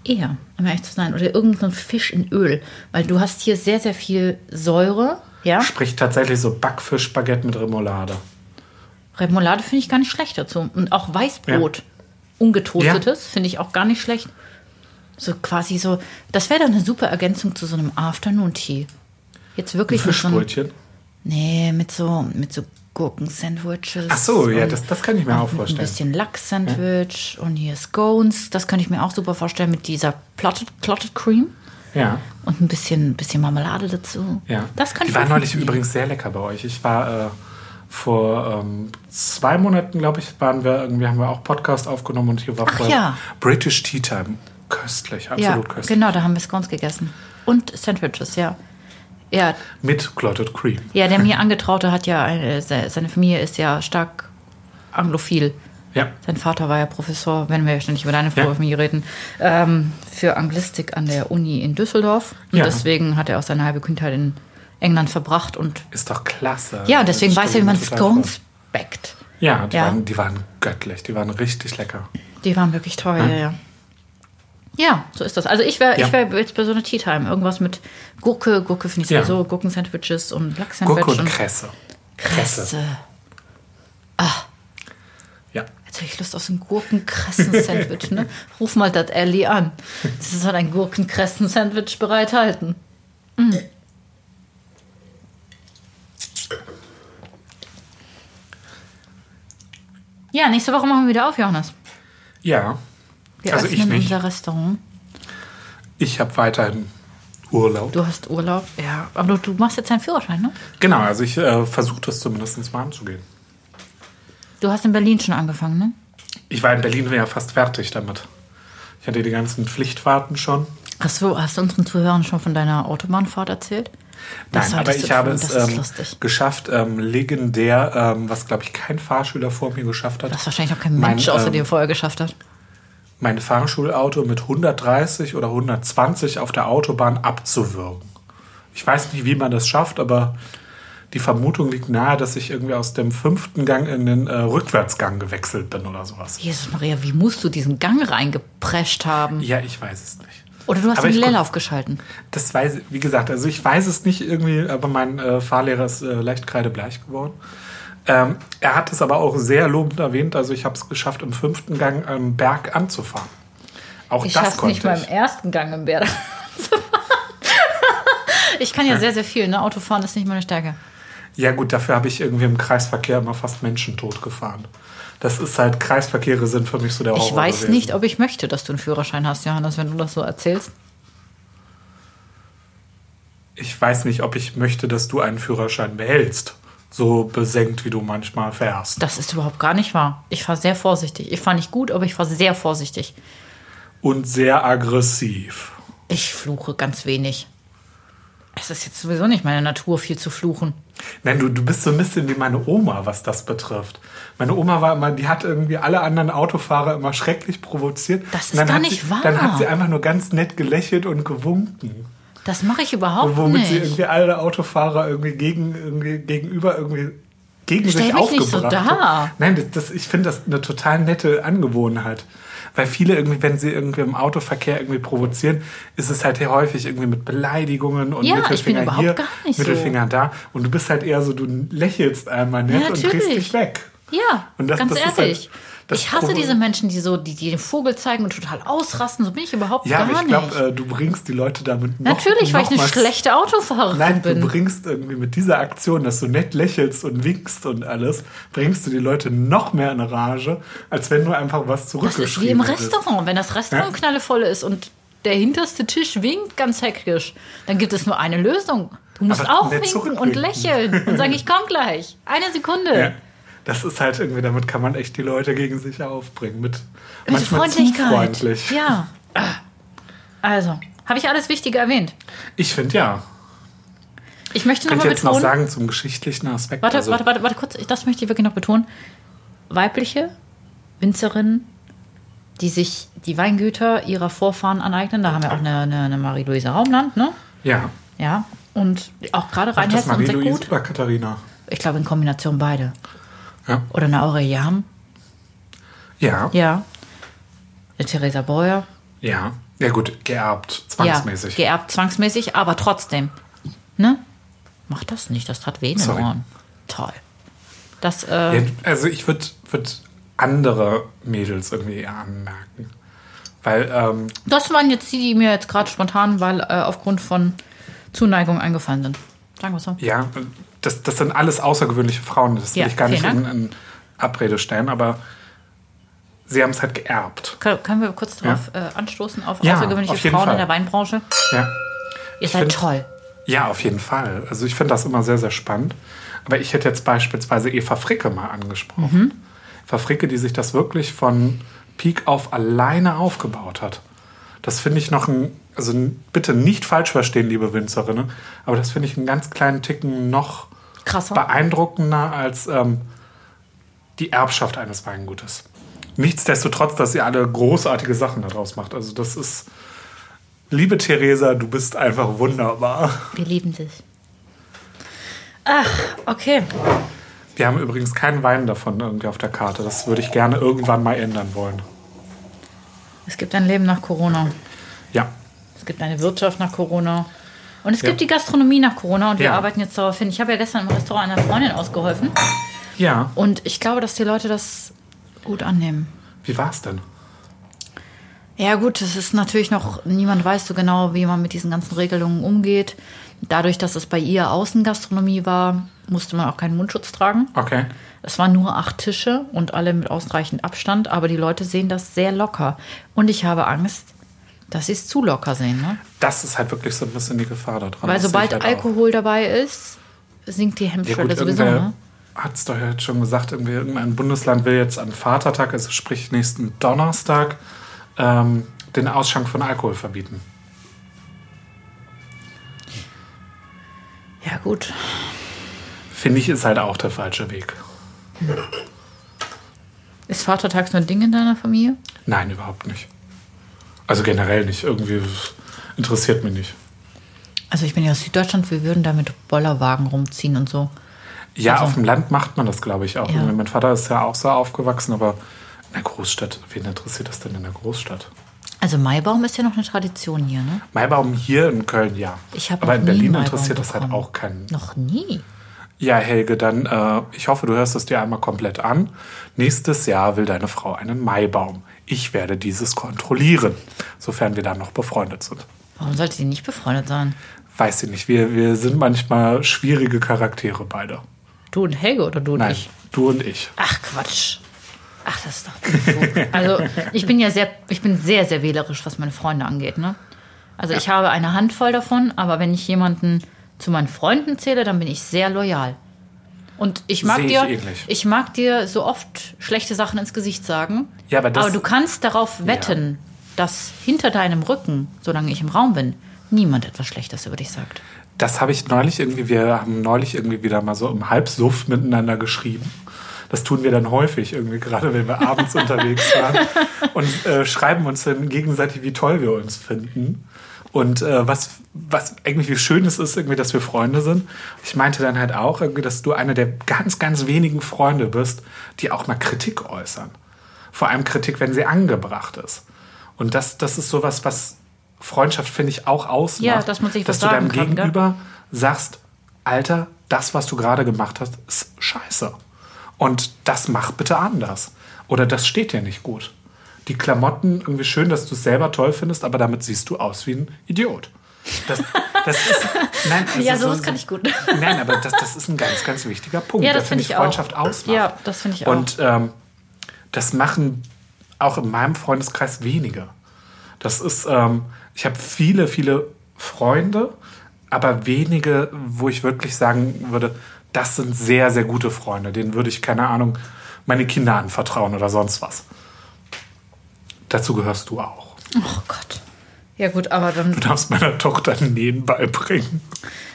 Speaker 2: eher, um ehrlich zu sein. Oder irgendein Fisch in Öl. Weil du hast hier sehr, sehr viel Säure. Ja.
Speaker 3: Sprich tatsächlich so Backfisch-Baguette mit Remoulade.
Speaker 2: Remoulade finde ich gar nicht schlecht dazu. Und auch Weißbrot. Ungetoastetes finde ich auch gar nicht schlecht. So quasi so. Das wäre dann eine super Ergänzung zu so einem Afternoon-Tea. Jetzt wirklich mit so einem.
Speaker 3: Fischbrötchen.
Speaker 2: Nee, mit so, mit so Gurken-Sandwiches.
Speaker 3: Ach so, ja,
Speaker 2: und
Speaker 3: das, das kann ich mir auch
Speaker 2: Ein
Speaker 3: vorstellen.
Speaker 2: bisschen Lachs-Sandwich und hier Scones. Das könnte ich mir auch super vorstellen mit dieser Plotted, Clotted Cream
Speaker 3: Ja.
Speaker 2: und ein bisschen, bisschen Marmelade dazu.
Speaker 3: Ja.
Speaker 2: Das könnte
Speaker 3: Die war
Speaker 2: gut
Speaker 3: neulich
Speaker 2: funktionieren.
Speaker 3: übrigens sehr lecker bei euch. Ich war äh, vor ähm, zwei Monaten, glaube ich, waren wir irgendwie, haben wir auch Podcast aufgenommen und hier war
Speaker 2: Ach
Speaker 3: vorher
Speaker 2: ja.
Speaker 3: British Tea Time. Köstlich, absolut
Speaker 2: ja,
Speaker 3: köstlich.
Speaker 2: Genau, da haben wir Scones gegessen. Und Sandwiches, ja. Ja,
Speaker 3: Mit Clotted Cream.
Speaker 2: ja der mir Angetraute hat ja, eine, se- seine Familie ist ja stark anglophil.
Speaker 3: Ja.
Speaker 2: Sein Vater war ja Professor, wenn wir ja ständig über deine
Speaker 3: Ja.
Speaker 2: Familie reden, ähm, für Anglistik an der Uni in Düsseldorf. Und
Speaker 3: Ja.
Speaker 2: deswegen hat er auch seine halbe Kindheit in England verbracht. Und
Speaker 3: Ist doch klasse.
Speaker 2: ja, deswegen
Speaker 3: Das
Speaker 2: weiß er, wie man
Speaker 3: stelle ich mir total
Speaker 2: Scones backt.
Speaker 3: vor. Ja, die,
Speaker 2: Ja.
Speaker 3: Waren, die waren göttlich, die waren richtig lecker.
Speaker 2: Die waren wirklich toll, ja, ja. Ja, so ist das. Also ich wäre
Speaker 3: Hm? Ja.
Speaker 2: ich wär jetzt bei so einer Tea Time. Irgendwas mit Gurke, Gurke finde ich
Speaker 3: Ja.
Speaker 2: sowieso, Gurken-Sandwiches und Lachs-Sandwich.
Speaker 3: Gurke und Kresse.
Speaker 2: Kresse.
Speaker 3: Ja.
Speaker 2: Jetzt habe ich Lust auf so ein Gurkenkressen-Sandwich,
Speaker 3: *laughs*
Speaker 2: ne? Ruf mal das Ellie an. Sie soll ein Gurkenkressen-Sandwich bereithalten.
Speaker 3: Mhm.
Speaker 2: Mm. Ja, nächste Woche machen wir wieder auf, Johannes.
Speaker 3: Ja.
Speaker 2: Wir
Speaker 3: also ich
Speaker 2: öffnen
Speaker 3: nicht.
Speaker 2: unser Restaurant.
Speaker 3: Ich habe weiterhin Urlaub.
Speaker 2: Du hast Urlaub, ja. Aber du, du machst jetzt deinen Führerschein, ne?
Speaker 3: Genau, also ich äh, versuche das zumindest mal anzugehen.
Speaker 2: Du hast in Berlin schon angefangen, ne?
Speaker 3: Ich war in Berlin ja fast fertig damit. Ich hatte die ganzen Pflichtfahrten schon.
Speaker 2: Hast du, hast du unseren Zuhörern schon von deiner Autobahnfahrt erzählt? Das
Speaker 3: Nein, aber
Speaker 2: solltest
Speaker 3: ich
Speaker 2: du
Speaker 3: habe
Speaker 2: tun,
Speaker 3: es
Speaker 2: Das ist
Speaker 3: ähm,
Speaker 2: lustig.
Speaker 3: geschafft, ähm, legendär, ähm, was glaube ich kein Fahrschüler vor mir geschafft hat.
Speaker 2: Das wahrscheinlich auch kein
Speaker 3: Mein,
Speaker 2: Mensch außer
Speaker 3: ähm,
Speaker 2: dir vorher geschafft hat.
Speaker 3: Mein Fahrschulauto mit 130 oder 120 auf der Autobahn abzuwürgen. Ich weiß nicht, wie man das schafft, aber die Vermutung liegt nahe, dass ich irgendwie aus dem fünften Gang in den äh, Rückwärtsgang gewechselt bin oder sowas.
Speaker 2: Jesus Maria, wie musst du diesen Gang reingeprescht haben?
Speaker 3: Ja, ich weiß es nicht.
Speaker 2: Oder du hast
Speaker 3: Aber
Speaker 2: den
Speaker 3: ich kon-
Speaker 2: Leerlauf aufgeschalten.
Speaker 3: Das weiß, wie gesagt, also ich weiß es nicht irgendwie, aber mein äh, Fahrlehrer ist äh, leicht kreidebleich geworden. Ähm, er hat es aber auch sehr lobend erwähnt. Also ich habe es geschafft, im fünften Gang am Berg anzufahren. Auch
Speaker 2: Ich
Speaker 3: das
Speaker 2: schaffe nicht
Speaker 3: konnte
Speaker 2: mal im
Speaker 3: ich.
Speaker 2: ersten Gang im *laughs* Berg. ich kann ja sehr, sehr viel. Ne? Autofahren ist nicht meine Stärke.
Speaker 3: Ja gut, dafür habe ich irgendwie im Kreisverkehr immer fast Menschen tot gefahren. Das ist halt, Kreisverkehre sind für mich so der Horror
Speaker 2: Ich weiß
Speaker 3: gewesen.
Speaker 2: nicht, ob ich möchte, dass du einen Führerschein hast, Johannes, wenn du das so erzählst.
Speaker 3: Ich weiß nicht, ob ich möchte, dass du einen Führerschein behältst. So besenkt, wie du manchmal fährst.
Speaker 2: Das ist überhaupt gar nicht wahr. Ich war sehr vorsichtig. Ich fahre nicht gut, aber ich war sehr vorsichtig.
Speaker 3: Und sehr aggressiv.
Speaker 2: Ich fluche ganz wenig. Es ist jetzt sowieso nicht meine Natur, viel zu fluchen.
Speaker 3: Nein, du, du bist so ein bisschen wie meine Oma, was das betrifft. Meine Oma war immer, die hat irgendwie alle anderen Autofahrer immer schrecklich provoziert.
Speaker 2: Das ist
Speaker 3: Und dann
Speaker 2: doch
Speaker 3: hat
Speaker 2: nicht
Speaker 3: sie,
Speaker 2: wahr.
Speaker 3: Dann hat sie einfach nur ganz nett gelächelt und gewunken.
Speaker 2: Das mache ich überhaupt
Speaker 3: Womit sie
Speaker 2: nicht.
Speaker 3: irgendwie alle Autofahrer irgendwie, gegen, irgendwie gegenüber irgendwie gegen
Speaker 2: Stell
Speaker 3: sich
Speaker 2: mich nicht so
Speaker 3: aufgebracht
Speaker 2: dar.
Speaker 3: hat. Nein, das, das, ich finde das eine total nette Angewohnheit. Weil viele irgendwie, wenn sie irgendwie im Autoverkehr irgendwie provozieren, ist es halt häufig irgendwie mit Beleidigungen und
Speaker 2: Ja, ich bin
Speaker 3: Mittelfinger
Speaker 2: überhaupt
Speaker 3: hier,
Speaker 2: gar nicht so.
Speaker 3: Mittelfinger da. Und du bist halt eher so, du lächelst einmal nett
Speaker 2: Ja,
Speaker 3: und drehst
Speaker 2: natürlich.
Speaker 3: dich weg.
Speaker 2: Ja,
Speaker 3: Und das-
Speaker 2: ganz
Speaker 3: das ist
Speaker 2: ehrlich.
Speaker 3: halt- das
Speaker 2: ich hasse
Speaker 3: Problem.
Speaker 2: diese Menschen, die so, die, die den Vogel zeigen und total ausrasten. So bin ich überhaupt
Speaker 3: Ja,
Speaker 2: gar
Speaker 3: aber ich
Speaker 2: nicht.
Speaker 3: glaube, äh, du bringst die Leute damit noch,
Speaker 2: Natürlich, weil ich eine
Speaker 3: nochmals-
Speaker 2: schlechte Autofahrerin
Speaker 3: *laughs* Nein,
Speaker 2: bin.
Speaker 3: du bringst irgendwie mit dieser Aktion, dass du nett lächelst und winkst und alles, bringst du die Leute noch mehr in Rage, als wenn du einfach was
Speaker 2: das
Speaker 3: zurückgeschrieben
Speaker 2: ist wie im
Speaker 3: hättest.
Speaker 2: Restaurant. Wenn das Restaurant
Speaker 3: Ja.
Speaker 2: knallevoll ist und der hinterste Tisch winkt ganz hektisch, dann gibt es nur eine Lösung. Du musst
Speaker 3: Aber
Speaker 2: auch
Speaker 3: nett
Speaker 2: winken und
Speaker 3: zurückwinken.
Speaker 2: lächeln und sagen, ich komm gleich. Eine Sekunde.
Speaker 3: Ja. Das ist halt irgendwie, damit kann man echt die Leute gegen sich aufbringen. Mit,
Speaker 2: Mit
Speaker 3: manchmal zu
Speaker 2: Freundlichkeit.
Speaker 3: freundlich.
Speaker 2: Ja. Also, habe ich alles Wichtige erwähnt?
Speaker 3: Ich finde ja.
Speaker 2: Ich möchte
Speaker 3: Könnt ihr
Speaker 2: nochmal
Speaker 3: jetzt noch
Speaker 2: betonen.
Speaker 3: sagen zum geschichtlichen Aspekt?
Speaker 2: warte,
Speaker 3: also,
Speaker 2: warte, warte, warte, kurz, das möchte ich wirklich noch betonen. Weibliche Winzerinnen, die sich die Weingüter ihrer Vorfahren aneignen, da haben wir auch eine, eine, eine Marie-Louise Raumland, ne?
Speaker 3: Ja.
Speaker 2: Ja. Und auch gerade
Speaker 3: Macht das
Speaker 2: Rheinhessen und
Speaker 3: Marie-Louise
Speaker 2: Seckgut.
Speaker 3: oder Katharina?
Speaker 2: Ich glaube in Kombination beide.
Speaker 3: Ja.
Speaker 2: Oder eine Aurelie Jam.
Speaker 3: Ja. Ja.
Speaker 2: Ja. Eine Theresa Breuer.
Speaker 3: Ja, gut, geerbt, zwangsmäßig.
Speaker 2: Ja, geerbt zwangsmäßig, aber trotzdem. Ne? Mach das nicht, das hat Venen
Speaker 3: Sorry.
Speaker 2: Ohren. Toll. Das, äh,
Speaker 3: Ja, also ich würde würd andere Mädels irgendwie eher anmerken. Weil, ähm,
Speaker 2: das waren jetzt die, die mir jetzt gerade spontan, weil äh, aufgrund von Zuneigung eingefallen sind. Sagen wir so.
Speaker 3: ja, das, das sind alles außergewöhnliche Frauen. Das will
Speaker 2: Ja,
Speaker 3: ich gar nicht
Speaker 2: vielen
Speaker 3: in, in Abrede stellen, aber sie haben es halt geerbt.
Speaker 2: Kö- Können wir kurz drauf äh, anstoßen auf
Speaker 3: Ja,
Speaker 2: außergewöhnliche
Speaker 3: auf jeden
Speaker 2: Frauen
Speaker 3: Fall.
Speaker 2: in der Weinbranche?
Speaker 3: Ja,
Speaker 2: Ihr seid
Speaker 3: find-
Speaker 2: toll.
Speaker 3: ja auf jeden Fall. Also ich finde das immer sehr, sehr spannend. Aber ich hätte jetzt beispielsweise Eva Fricke mal angesprochen. Eva Fricke, die sich das wirklich von Peak auf alleine aufgebaut hat. Das finde ich noch ein, also n- bitte nicht falsch verstehen, liebe Winzerinnen, aber das finde ich einen ganz kleinen Ticken noch
Speaker 2: Krasser.
Speaker 3: beeindruckender als ähm, die Erbschaft eines Weingutes. Nichtsdestotrotz, dass ihr alle großartige Sachen daraus macht. Also das ist, liebe Theresa, du bist einfach wunderbar.
Speaker 2: Wir lieben dich. Ach, okay.
Speaker 3: Wir haben übrigens keinen Wein davon irgendwie auf der Karte. Das würde ich gerne irgendwann mal ändern wollen.
Speaker 2: Es gibt ein Leben nach Corona.
Speaker 3: Ja,
Speaker 2: Es gibt eine Wirtschaft nach Corona. Und es
Speaker 3: Ja.
Speaker 2: gibt die Gastronomie nach Corona und wir
Speaker 3: Ja.
Speaker 2: arbeiten jetzt darauf hin. Ich habe ja gestern im Restaurant einer Freundin ausgeholfen
Speaker 3: ja.
Speaker 2: und ich glaube, dass die Leute das gut annehmen.
Speaker 3: Wie war's denn?
Speaker 2: Ja gut, es ist natürlich noch, niemand weiß so genau, wie man mit diesen ganzen Regelungen umgeht. Dadurch, dass es bei ihr Außengastronomie war, musste man auch keinen Mundschutz tragen.
Speaker 3: Okay.
Speaker 2: Es waren nur acht Tische und alle mit ausreichend Abstand, aber die Leute sehen das sehr locker. Und ich habe Angst, dass sie es zu locker sehen. Ne?
Speaker 3: Das ist halt wirklich so ein bisschen die Gefahr da dran.
Speaker 2: Weil
Speaker 3: Das sehe
Speaker 2: sobald
Speaker 3: ich halt auch.
Speaker 2: Alkohol dabei ist, sinkt die
Speaker 3: Ja,
Speaker 2: Hemmschwelle
Speaker 3: gut,
Speaker 2: sowieso.
Speaker 3: irgendwer
Speaker 2: Ne?
Speaker 3: hat es doch jetzt schon gesagt, irgendwie irgendein Bundesland will jetzt an Vatertag, also sprich nächsten Donnerstag, ähm, den Ausschank von Alkohol verbieten.
Speaker 2: Ja, gut.
Speaker 3: Finde ich, ist halt auch der falsche Weg.
Speaker 2: Ist Vatertag so ein Ding in deiner Familie?
Speaker 3: Nein, überhaupt nicht. Also generell nicht. Irgendwie interessiert mich nicht.
Speaker 2: Also ich bin ja aus Süddeutschland, wir würden da mit Bollerwagen rumziehen und so.
Speaker 3: Ja,
Speaker 2: Also-
Speaker 3: auf dem Land macht man das, glaube ich, auch.
Speaker 2: Ja.
Speaker 3: Mein Vater ist ja auch so aufgewachsen, aber in der Großstadt, wen interessiert das denn in der Großstadt?
Speaker 2: Also Maibaum ist ja noch eine Tradition hier, ne?
Speaker 3: Maibaum hier in Köln, ja.
Speaker 2: Ich hab
Speaker 3: aber
Speaker 2: noch
Speaker 3: in
Speaker 2: nie
Speaker 3: Berlin
Speaker 2: Maibaum
Speaker 3: interessiert das halt
Speaker 2: bekommen.
Speaker 3: auch keinen.
Speaker 2: Noch nie.
Speaker 3: Ja, Helge, dann, äh, ich hoffe, du hörst es dir einmal komplett an. Nächstes Jahr will deine Frau einen Maibaum. Ich werde dieses kontrollieren, sofern wir dann noch befreundet sind.
Speaker 2: Warum sollte die nicht befreundet sein?
Speaker 3: Weiß ich nicht, wir, wir sind manchmal schwierige Charaktere beide.
Speaker 2: Du und Helge oder du und
Speaker 3: Nein,
Speaker 2: ich?
Speaker 3: du und ich.
Speaker 2: Ach Quatsch. Ach, das ist doch Betrug. Also ich bin ja sehr, ich bin sehr, sehr wählerisch, was meine Freunde angeht. Ne? Also ich habe eine Handvoll davon, aber wenn ich jemanden zu meinen Freunden zähle, dann bin ich sehr loyal. Und ich mag
Speaker 3: Sehe ich
Speaker 2: dir,
Speaker 3: ähnlich.
Speaker 2: ich mag dir so oft schlechte Sachen ins Gesicht sagen.
Speaker 3: Ja, aber das-
Speaker 2: du kannst darauf wetten, dass hinter deinem Rücken, solange ich im Raum bin, niemand etwas Schlechtes über dich sagt.
Speaker 3: Das habe ich neulich irgendwie, wir haben neulich irgendwie wieder mal so im Halbsuff miteinander geschrieben. Das tun wir dann häufig irgendwie, gerade wenn wir abends
Speaker 2: *laughs*
Speaker 3: unterwegs waren und äh, schreiben uns dann gegenseitig, wie toll wir uns finden. Und äh, was, was eigentlich wie schön es ist, irgendwie, dass wir Freunde sind. Ich meinte dann halt auch, irgendwie, dass du einer der ganz, ganz wenigen Freunde bist, die auch mal Kritik äußern. Vor allem Kritik, wenn sie angebracht ist. Und das, das ist sowas, was Freundschaft, finde ich, auch ausmacht.
Speaker 2: Ja, dass man sich was
Speaker 3: du deinem
Speaker 2: sagen kann, gell?
Speaker 3: Gegenüber sagst, Alter, das, was du gerade gemacht hast, ist scheiße. Und das mach bitte anders. Oder das steht dir nicht gut. Die Klamotten, irgendwie schön, dass du es selber toll findest, aber damit siehst du aus wie ein Idiot. Das, das ist, nein, also
Speaker 2: Ja, sowas kann ich gut.
Speaker 3: Nein, aber das, das ist ein ganz, ganz wichtiger Punkt,
Speaker 2: Ja,
Speaker 3: der,
Speaker 2: das
Speaker 3: finde
Speaker 2: finde ich auch.
Speaker 3: Freundschaft ausmacht.
Speaker 2: Ja, das finde ich auch.
Speaker 3: Und ähm, das machen auch in meinem Freundeskreis wenige. Das ist, ähm, ich habe viele, viele Freunde, aber wenige, wo ich wirklich sagen würde, das sind sehr, sehr gute Freunde. Denen würde ich, keine Ahnung, meine Kinder anvertrauen oder sonst was. Dazu gehörst du auch.
Speaker 2: Oh Gott. Ja gut, aber dann
Speaker 3: Du darfst meiner Tochter Nähen beibringen.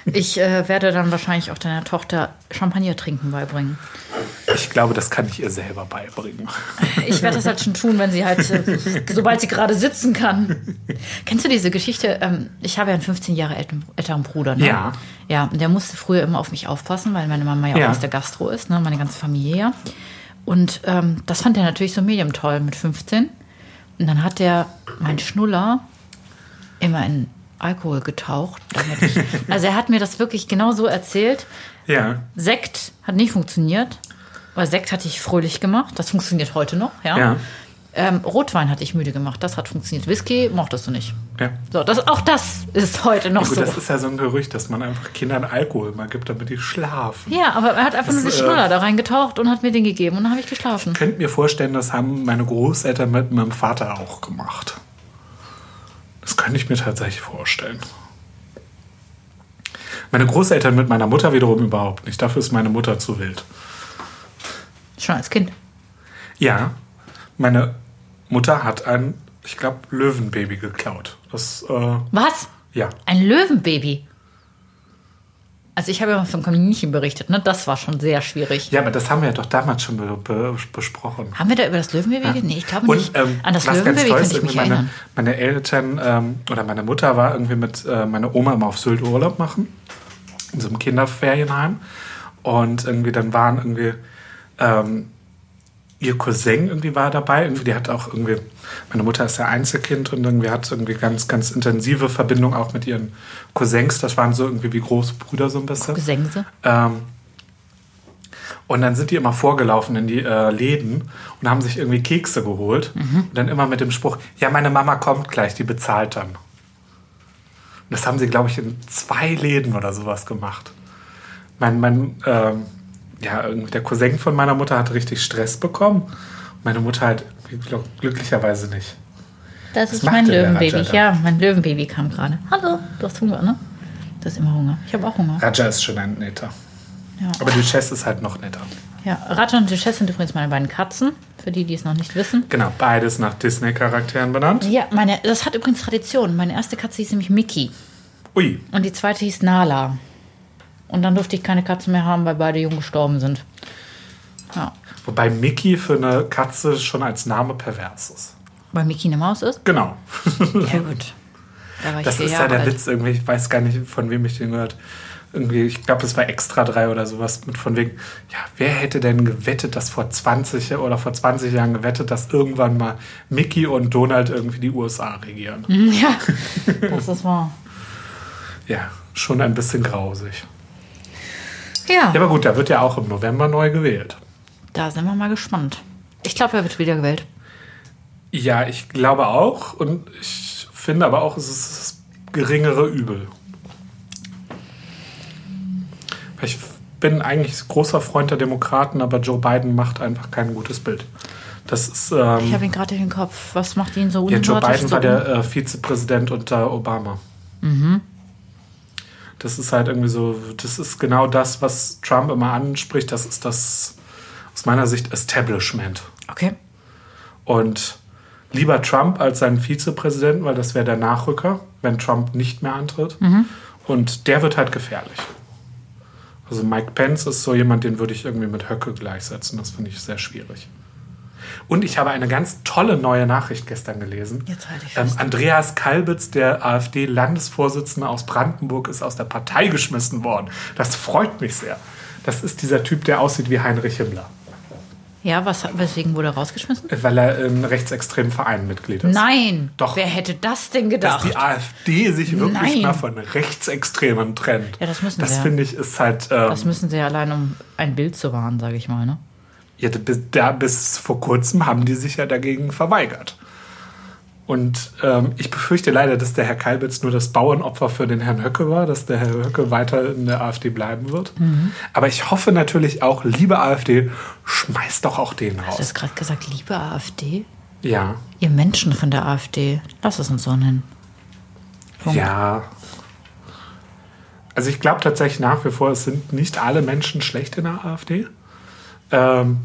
Speaker 2: ich äh, werde dann wahrscheinlich auch deiner Tochter Champagner trinken beibringen.
Speaker 3: Ich glaube, das kann ich ihr selber beibringen.
Speaker 2: Ich werde das halt schon tun, wenn sie halt, äh, sobald sie gerade sitzen kann. Kennst du diese Geschichte? Ähm, ich habe ja einen 15 Jahre älten- älteren Bruder. Ne?
Speaker 3: Ja.
Speaker 2: Ja, und der musste früher immer auf mich aufpassen, weil meine Mama ja,
Speaker 3: Ja.
Speaker 2: auch aus der Gastro ist, ne? meine ganze Familie ja. Und ähm, das fand er natürlich so medium toll mit 15. Und dann hat er meinen Schnuller immer in Alkohol getaucht. Damit ich, also er hat mir das wirklich genau so erzählt.
Speaker 3: Ja.
Speaker 2: Sekt hat nicht funktioniert, weil Sekt hatte ich fröhlich gemacht. Das funktioniert heute noch, ja.
Speaker 3: Ja.
Speaker 2: Ähm, Rotwein hatte ich müde gemacht, das hat funktioniert. Whisky mochtest du nicht.
Speaker 3: Ja.
Speaker 2: So, das, auch das ist heute noch
Speaker 3: Gut,
Speaker 2: so.
Speaker 3: das ist ja so ein Gerücht, dass man einfach Kindern Alkohol mal gibt, damit die schlafen.
Speaker 2: Ja, aber er hat einfach nur
Speaker 3: Das,
Speaker 2: einen
Speaker 3: äh,
Speaker 2: Schnuller da reingetaucht und hat mir den gegeben und dann habe ich geschlafen.
Speaker 3: Ich könnte mir vorstellen, das haben meine Großeltern mit meinem Vater auch gemacht. Das könnte ich mir tatsächlich vorstellen. Meine Großeltern mit meiner Mutter wiederum überhaupt nicht. Dafür ist meine Mutter zu wild.
Speaker 2: Schon als Kind.
Speaker 3: Ja, meine Mutter hat ein, ich glaube, Löwenbaby geklaut. Das, äh,
Speaker 2: Was?
Speaker 3: ja.
Speaker 2: Ein Löwenbaby? Also ich habe ja mal von Kaninchen berichtet, ne? Das war schon sehr schwierig.
Speaker 3: Ja, aber das haben wir ja doch damals schon be be besprochen.
Speaker 2: Haben wir da über das Löwenbaby ja. Nee, ich glaube
Speaker 3: Und
Speaker 2: nicht.
Speaker 3: ähm,
Speaker 2: An das
Speaker 3: was ganz
Speaker 2: Löwenbaby
Speaker 3: toll
Speaker 2: kann
Speaker 3: ist,
Speaker 2: ich
Speaker 3: irgendwie
Speaker 2: mich
Speaker 3: meine,
Speaker 2: erinnern.
Speaker 3: meine Eltern ähm, oder meine Mutter war irgendwie mit äh, meiner Oma immer auf Sylt Urlaub machen, in so einem Kinderferienheim. Und irgendwie dann waren irgendwie ähm, ihr Cousin irgendwie war dabei. Irgendwie, die hat auch irgendwie, meine Mutter ist ja Einzelkind und irgendwie hat irgendwie ganz, ganz intensive Verbindung auch mit ihren Cousins. Das waren so irgendwie wie große Brüder so ein bisschen.
Speaker 2: Gesänge.
Speaker 3: Ähm, und dann sind die immer vorgelaufen in die äh, Läden und haben sich irgendwie Kekse geholt. Und dann immer mit dem Spruch, ja, meine Mama kommt gleich, die bezahlt dann. Und das haben sie, glaube ich, in zwei Läden oder sowas gemacht. Mein, mein, ähm, ja, irgendwie der Cousin von meiner Mutter hat richtig Stress bekommen. Meine Mutter halt gl- glücklicherweise nicht.
Speaker 2: Das
Speaker 3: Was
Speaker 2: ist
Speaker 3: macht
Speaker 2: mein
Speaker 3: denn der
Speaker 2: Löwenbaby.
Speaker 3: Raja da?
Speaker 2: Ja, mein Löwenbaby kam gerade. Hallo, du hast Hunger, ne? Du hast immer Hunger. Ich habe auch Hunger.
Speaker 3: Raja ist schon ein netter.
Speaker 2: Ja.
Speaker 3: Aber Duchess ist halt noch netter.
Speaker 2: Ja, Raja und Duchess sind übrigens meine beiden Katzen, für die, die es noch nicht wissen.
Speaker 3: Genau, beides nach Disney-Charakteren benannt.
Speaker 2: Ja, meine, das hat übrigens Tradition. Meine erste Katze hieß nämlich Mickey
Speaker 3: Ui,
Speaker 2: und die zweite hieß Nala. Und dann durfte ich keine Katzen mehr haben, weil beide jung gestorben sind. Ja,
Speaker 3: Wobei Mickey für eine Katze schon als Name pervers ist.
Speaker 2: weil Mickey eine Maus ist.
Speaker 3: Genau.
Speaker 2: Ja, gut. Da war ich
Speaker 3: Das
Speaker 2: vier
Speaker 3: ist ja
Speaker 2: Jahre
Speaker 3: der
Speaker 2: alt.
Speaker 3: Witz irgendwie. Ich weiß gar nicht, von wem ich den gehört. Irgendwie, ich glaube, es war extra drei oder sowas mit von wegen, ja, wer hätte denn gewettet, dass vor 20 Jahr- oder vor 20 Jahren gewettet, dass irgendwann mal Mickey und Donald irgendwie die USA regieren?
Speaker 2: *laughs* Ja, das ist wahr.
Speaker 3: Ja, schon ein bisschen grausig.
Speaker 2: Ja,
Speaker 3: Ja, aber gut, da wird ja auch im November neu gewählt.
Speaker 2: da sind wir mal gespannt. Ich glaube, er wird wieder gewählt.
Speaker 3: Ja, ich glaube auch und ich finde aber auch, es ist das geringere Übel. Weil Ich bin eigentlich großer Freund der Demokraten, aber Joe Biden macht einfach kein gutes Bild. Das ist
Speaker 2: Ich
Speaker 3: ähm,
Speaker 2: habe ihn gerade in den Kopf. Was macht ihn so
Speaker 3: ja,
Speaker 2: unsympathisch? so
Speaker 3: Joe Biden
Speaker 2: Mhm.
Speaker 3: war der äh, Vizepräsident unter Obama. Das ist halt irgendwie so, das ist genau das, was Trump immer anspricht. Das ist das aus meiner Sicht Establishment.
Speaker 2: Okay.
Speaker 3: Und lieber Trump als seinen Vizepräsidenten, weil das wäre der Nachrücker, wenn Trump nicht mehr antritt.
Speaker 2: Mhm.
Speaker 3: Und der wird halt gefährlich. Also Mike Pence ist so jemand, den würde ich irgendwie mit Höcke gleichsetzen. Das finde ich sehr schwierig. Und ich habe eine ganz tolle neue Nachricht gestern gelesen.
Speaker 2: Jetzt halt halte ich
Speaker 3: ähm,
Speaker 2: fest.
Speaker 3: Andreas Kalbitz, der AfD-Landesvorsitzende aus Brandenburg, ist aus der Partei geschmissen worden. Das freut mich sehr. Das ist dieser Typ, der aussieht wie Heinrich Himmler,
Speaker 2: Ja, was, weswegen wurde er rausgeschmissen?
Speaker 3: weil er in rechtsextremen Vereinen Mitglied ist.
Speaker 2: Nein.
Speaker 3: Doch.
Speaker 2: Wer hätte das denn
Speaker 3: dass
Speaker 2: gedacht?
Speaker 3: die AfD sich wirklich
Speaker 2: Nein.
Speaker 3: mal von Rechtsextremen trennt.
Speaker 2: Ja, das müssen
Speaker 3: Das
Speaker 2: sie ja.
Speaker 3: finde ich ist halt. Ähm,
Speaker 2: Das müssen sie ja allein, um ein Bild zu wahren, sage ich mal. Ne?
Speaker 3: ja, bis, da, bis vor kurzem haben die sich ja dagegen verweigert. Und ähm, ich befürchte leider, dass der Herr Kalbitz nur das Bauernopfer für den Herrn Höcke war, dass der Herr Höcke weiter in der AfD bleiben wird.
Speaker 2: Mhm.
Speaker 3: Aber ich hoffe natürlich auch, liebe AfD, schmeißt doch auch den
Speaker 2: Hast du
Speaker 3: raus.
Speaker 2: jetzt gerade gesagt, liebe AfD?
Speaker 3: Ja,
Speaker 2: Ihr Menschen von der AfD, lass es uns so nennen. Punkt.
Speaker 3: ja. Also ich glaube tatsächlich nach wie vor, es sind nicht alle Menschen schlecht in der AfD. Ähm,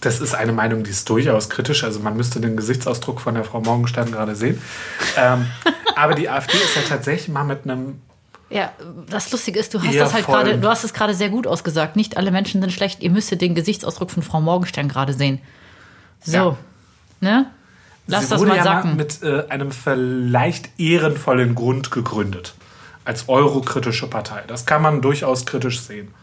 Speaker 3: das ist eine Meinung, die ist durchaus kritisch. Also man müsste den Gesichtsausdruck von der Frau Morgenstern gerade sehen. Ähm, aber die AfD ist ja tatsächlich mal mit einem
Speaker 2: Ja, das Lustige ist, du hast
Speaker 3: Ja,
Speaker 2: das halt
Speaker 3: voll.
Speaker 2: gerade, du hast es gerade sehr gut ausgesagt. Nicht alle Menschen sind schlecht. Ihr müsstet den Gesichtsausdruck von Frau Morgenstern gerade sehen. So, ne? Lass
Speaker 3: Sie
Speaker 2: das
Speaker 3: wurde
Speaker 2: mal
Speaker 3: ja
Speaker 2: sacken.
Speaker 3: mit äh, einem vielleicht ehrenvollen Grund gegründet. Als eurokritische Partei. Das kann man durchaus kritisch sehen.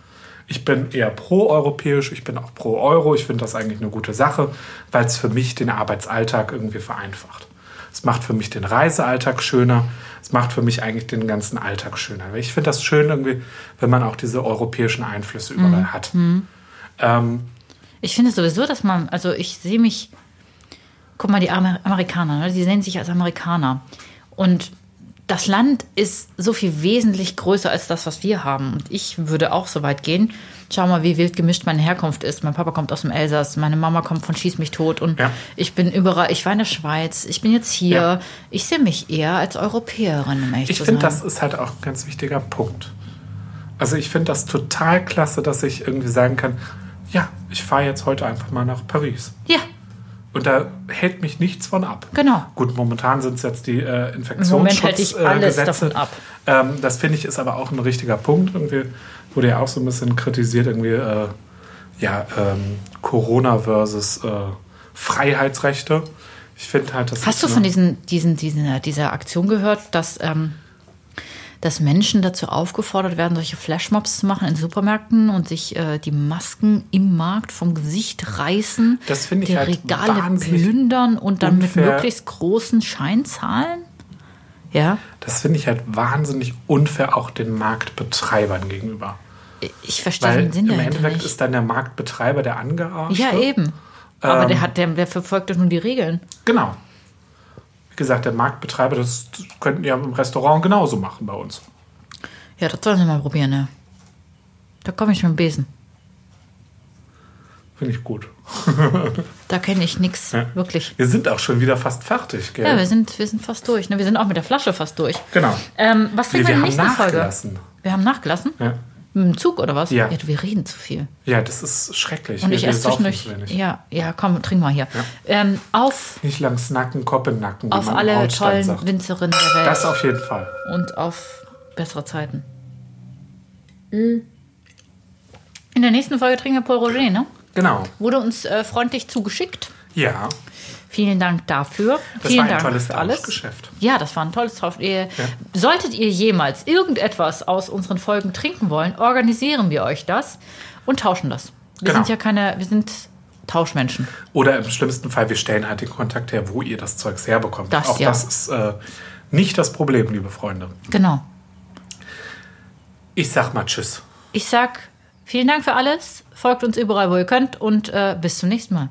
Speaker 3: Ich bin eher pro-europäisch, ich bin auch pro-Euro. Ich finde das eigentlich eine gute Sache, weil es für mich den Arbeitsalltag irgendwie vereinfacht. Es macht für mich den Reisealltag schöner. Es macht für mich eigentlich den ganzen Alltag schöner. Ich finde das schön irgendwie, wenn man auch diese europäischen Einflüsse überall
Speaker 2: Mhm.
Speaker 3: hat. Ähm,
Speaker 2: Ich finde sowieso, dass man, also ich sehe mich, guck mal, die Amer Amerikaner, ne? die sehen sich als Amerikaner. Und das Land ist so viel wesentlich größer als das, was wir haben. Und ich würde auch so weit gehen. Schau mal, wie wild gemischt meine Herkunft ist. Mein Papa kommt aus dem Elsass, meine Mama kommt von Schieß mich tot. Und
Speaker 3: Ja.
Speaker 2: ich bin überall, ich war in der Schweiz, ich bin jetzt hier.
Speaker 3: Ja.
Speaker 2: Ich sehe mich eher als Europäerin, um ehrlich
Speaker 3: Ich
Speaker 2: zu
Speaker 3: finde,
Speaker 2: sein.
Speaker 3: das ist halt auch ein ganz wichtiger Punkt. Also ich finde das total klasse, dass ich irgendwie sagen kann, ja, ich fahre jetzt heute einfach mal nach Paris.
Speaker 2: Ja,
Speaker 3: Und da hält mich nichts von ab.
Speaker 2: Genau.
Speaker 3: Gut, momentan sind es jetzt die äh,
Speaker 2: im Moment hält
Speaker 3: Infektionsschutzgesetze.
Speaker 2: ich alles davon ab.
Speaker 3: Ähm, das finde ich ist aber auch ein richtiger Punkt. Irgendwie wurde ja auch so ein bisschen kritisiert, irgendwie, äh, ja, ähm, Corona versus äh, Freiheitsrechte. Ich finde halt, das
Speaker 2: Hast
Speaker 3: ist
Speaker 2: du
Speaker 3: eine-
Speaker 2: von diesen, diesen, diesen, äh, dieser Aktion gehört, dass, ähm, dass Menschen dazu aufgefordert werden, solche Flashmobs zu machen in Supermärkten und sich äh, die Masken im Markt vom Gesicht reißen,
Speaker 3: Das finde ich
Speaker 2: die
Speaker 3: halt
Speaker 2: Regale
Speaker 3: wahnsinnig
Speaker 2: plündern und dann mit
Speaker 3: unfair.
Speaker 2: möglichst großen Scheinzahlen? Ja,
Speaker 3: Das finde ich halt wahnsinnig unfair auch den Marktbetreibern gegenüber.
Speaker 2: ich verstehe
Speaker 3: Weil
Speaker 2: den Sinn
Speaker 3: im
Speaker 2: dahinter
Speaker 3: Endeffekt
Speaker 2: nicht.
Speaker 3: ist dann der Marktbetreiber der Angearschte.
Speaker 2: halt Ja, eben. Aber
Speaker 3: Ähm.
Speaker 2: der, hat, der, der verfolgt doch nur die Regeln.
Speaker 3: Genau. Wie gesagt, der Marktbetreiber, das könnten die ja im Restaurant genauso machen bei uns.
Speaker 2: Ja, das sollen sie mal probieren, ne? Da komme ich mit dem Besen.
Speaker 3: Finde ich gut.
Speaker 2: Da kenne ich nichts, wirklich.
Speaker 3: Wir sind auch schon wieder fast fertig, gell?
Speaker 2: Ja, wir sind, wir sind fast durch. Ne? Wir sind auch mit der Flasche fast durch.
Speaker 3: Genau.
Speaker 2: Ähm, was trinken
Speaker 3: Nee,
Speaker 2: wir in
Speaker 3: wir
Speaker 2: der
Speaker 3: haben
Speaker 2: nächsten Folge?
Speaker 3: nachgelassen.
Speaker 2: Wir haben nachgelassen?
Speaker 3: Ja.
Speaker 2: Mit dem Zug oder was?
Speaker 3: Ja.
Speaker 2: du, wir reden zu viel.
Speaker 3: ja, das ist schrecklich.
Speaker 2: Und
Speaker 3: wir,
Speaker 2: ich
Speaker 3: wir
Speaker 2: esse
Speaker 3: saufen
Speaker 2: zwischendurch.
Speaker 3: zu wenig.
Speaker 2: Ja, ja, komm, trink mal hier. Ähm, auf
Speaker 3: Nicht lang snacken, Kopf im Nacken, wie
Speaker 2: auf
Speaker 3: man im
Speaker 2: alle
Speaker 3: Altstand
Speaker 2: tollen
Speaker 3: sagt.
Speaker 2: Winzerinnen der Welt
Speaker 3: Das auf jeden Fall.
Speaker 2: und auf bessere Zeiten. In der nächsten Folge trinken wir Paul Roger, ne?
Speaker 3: Genau.
Speaker 2: Wurde uns äh, freundlich zugeschickt.
Speaker 3: Ja,
Speaker 2: Vielen Dank dafür.
Speaker 3: das
Speaker 2: Vielen
Speaker 3: war ein
Speaker 2: Dank
Speaker 3: tolles
Speaker 2: für alles.
Speaker 3: Geschäft.
Speaker 2: Ja, das war ein tolles Tausch. Ihr, Solltet ihr jemals irgendetwas aus unseren Folgen trinken wollen, organisieren wir euch das und tauschen das. Wir
Speaker 3: Genau.
Speaker 2: sind ja keine, wir sind Tauschmenschen.
Speaker 3: Oder im schlimmsten Fall, wir stellen halt den Kontakt her, wo ihr das Zeugs herbekommt.
Speaker 2: Das,
Speaker 3: Auch
Speaker 2: ja.
Speaker 3: das ist äh, nicht das Problem, liebe Freunde.
Speaker 2: Genau.
Speaker 3: Ich sag mal Tschüss.
Speaker 2: Ich sag vielen Dank für alles. Folgt uns überall, wo ihr könnt und äh, bis zum nächsten Mal.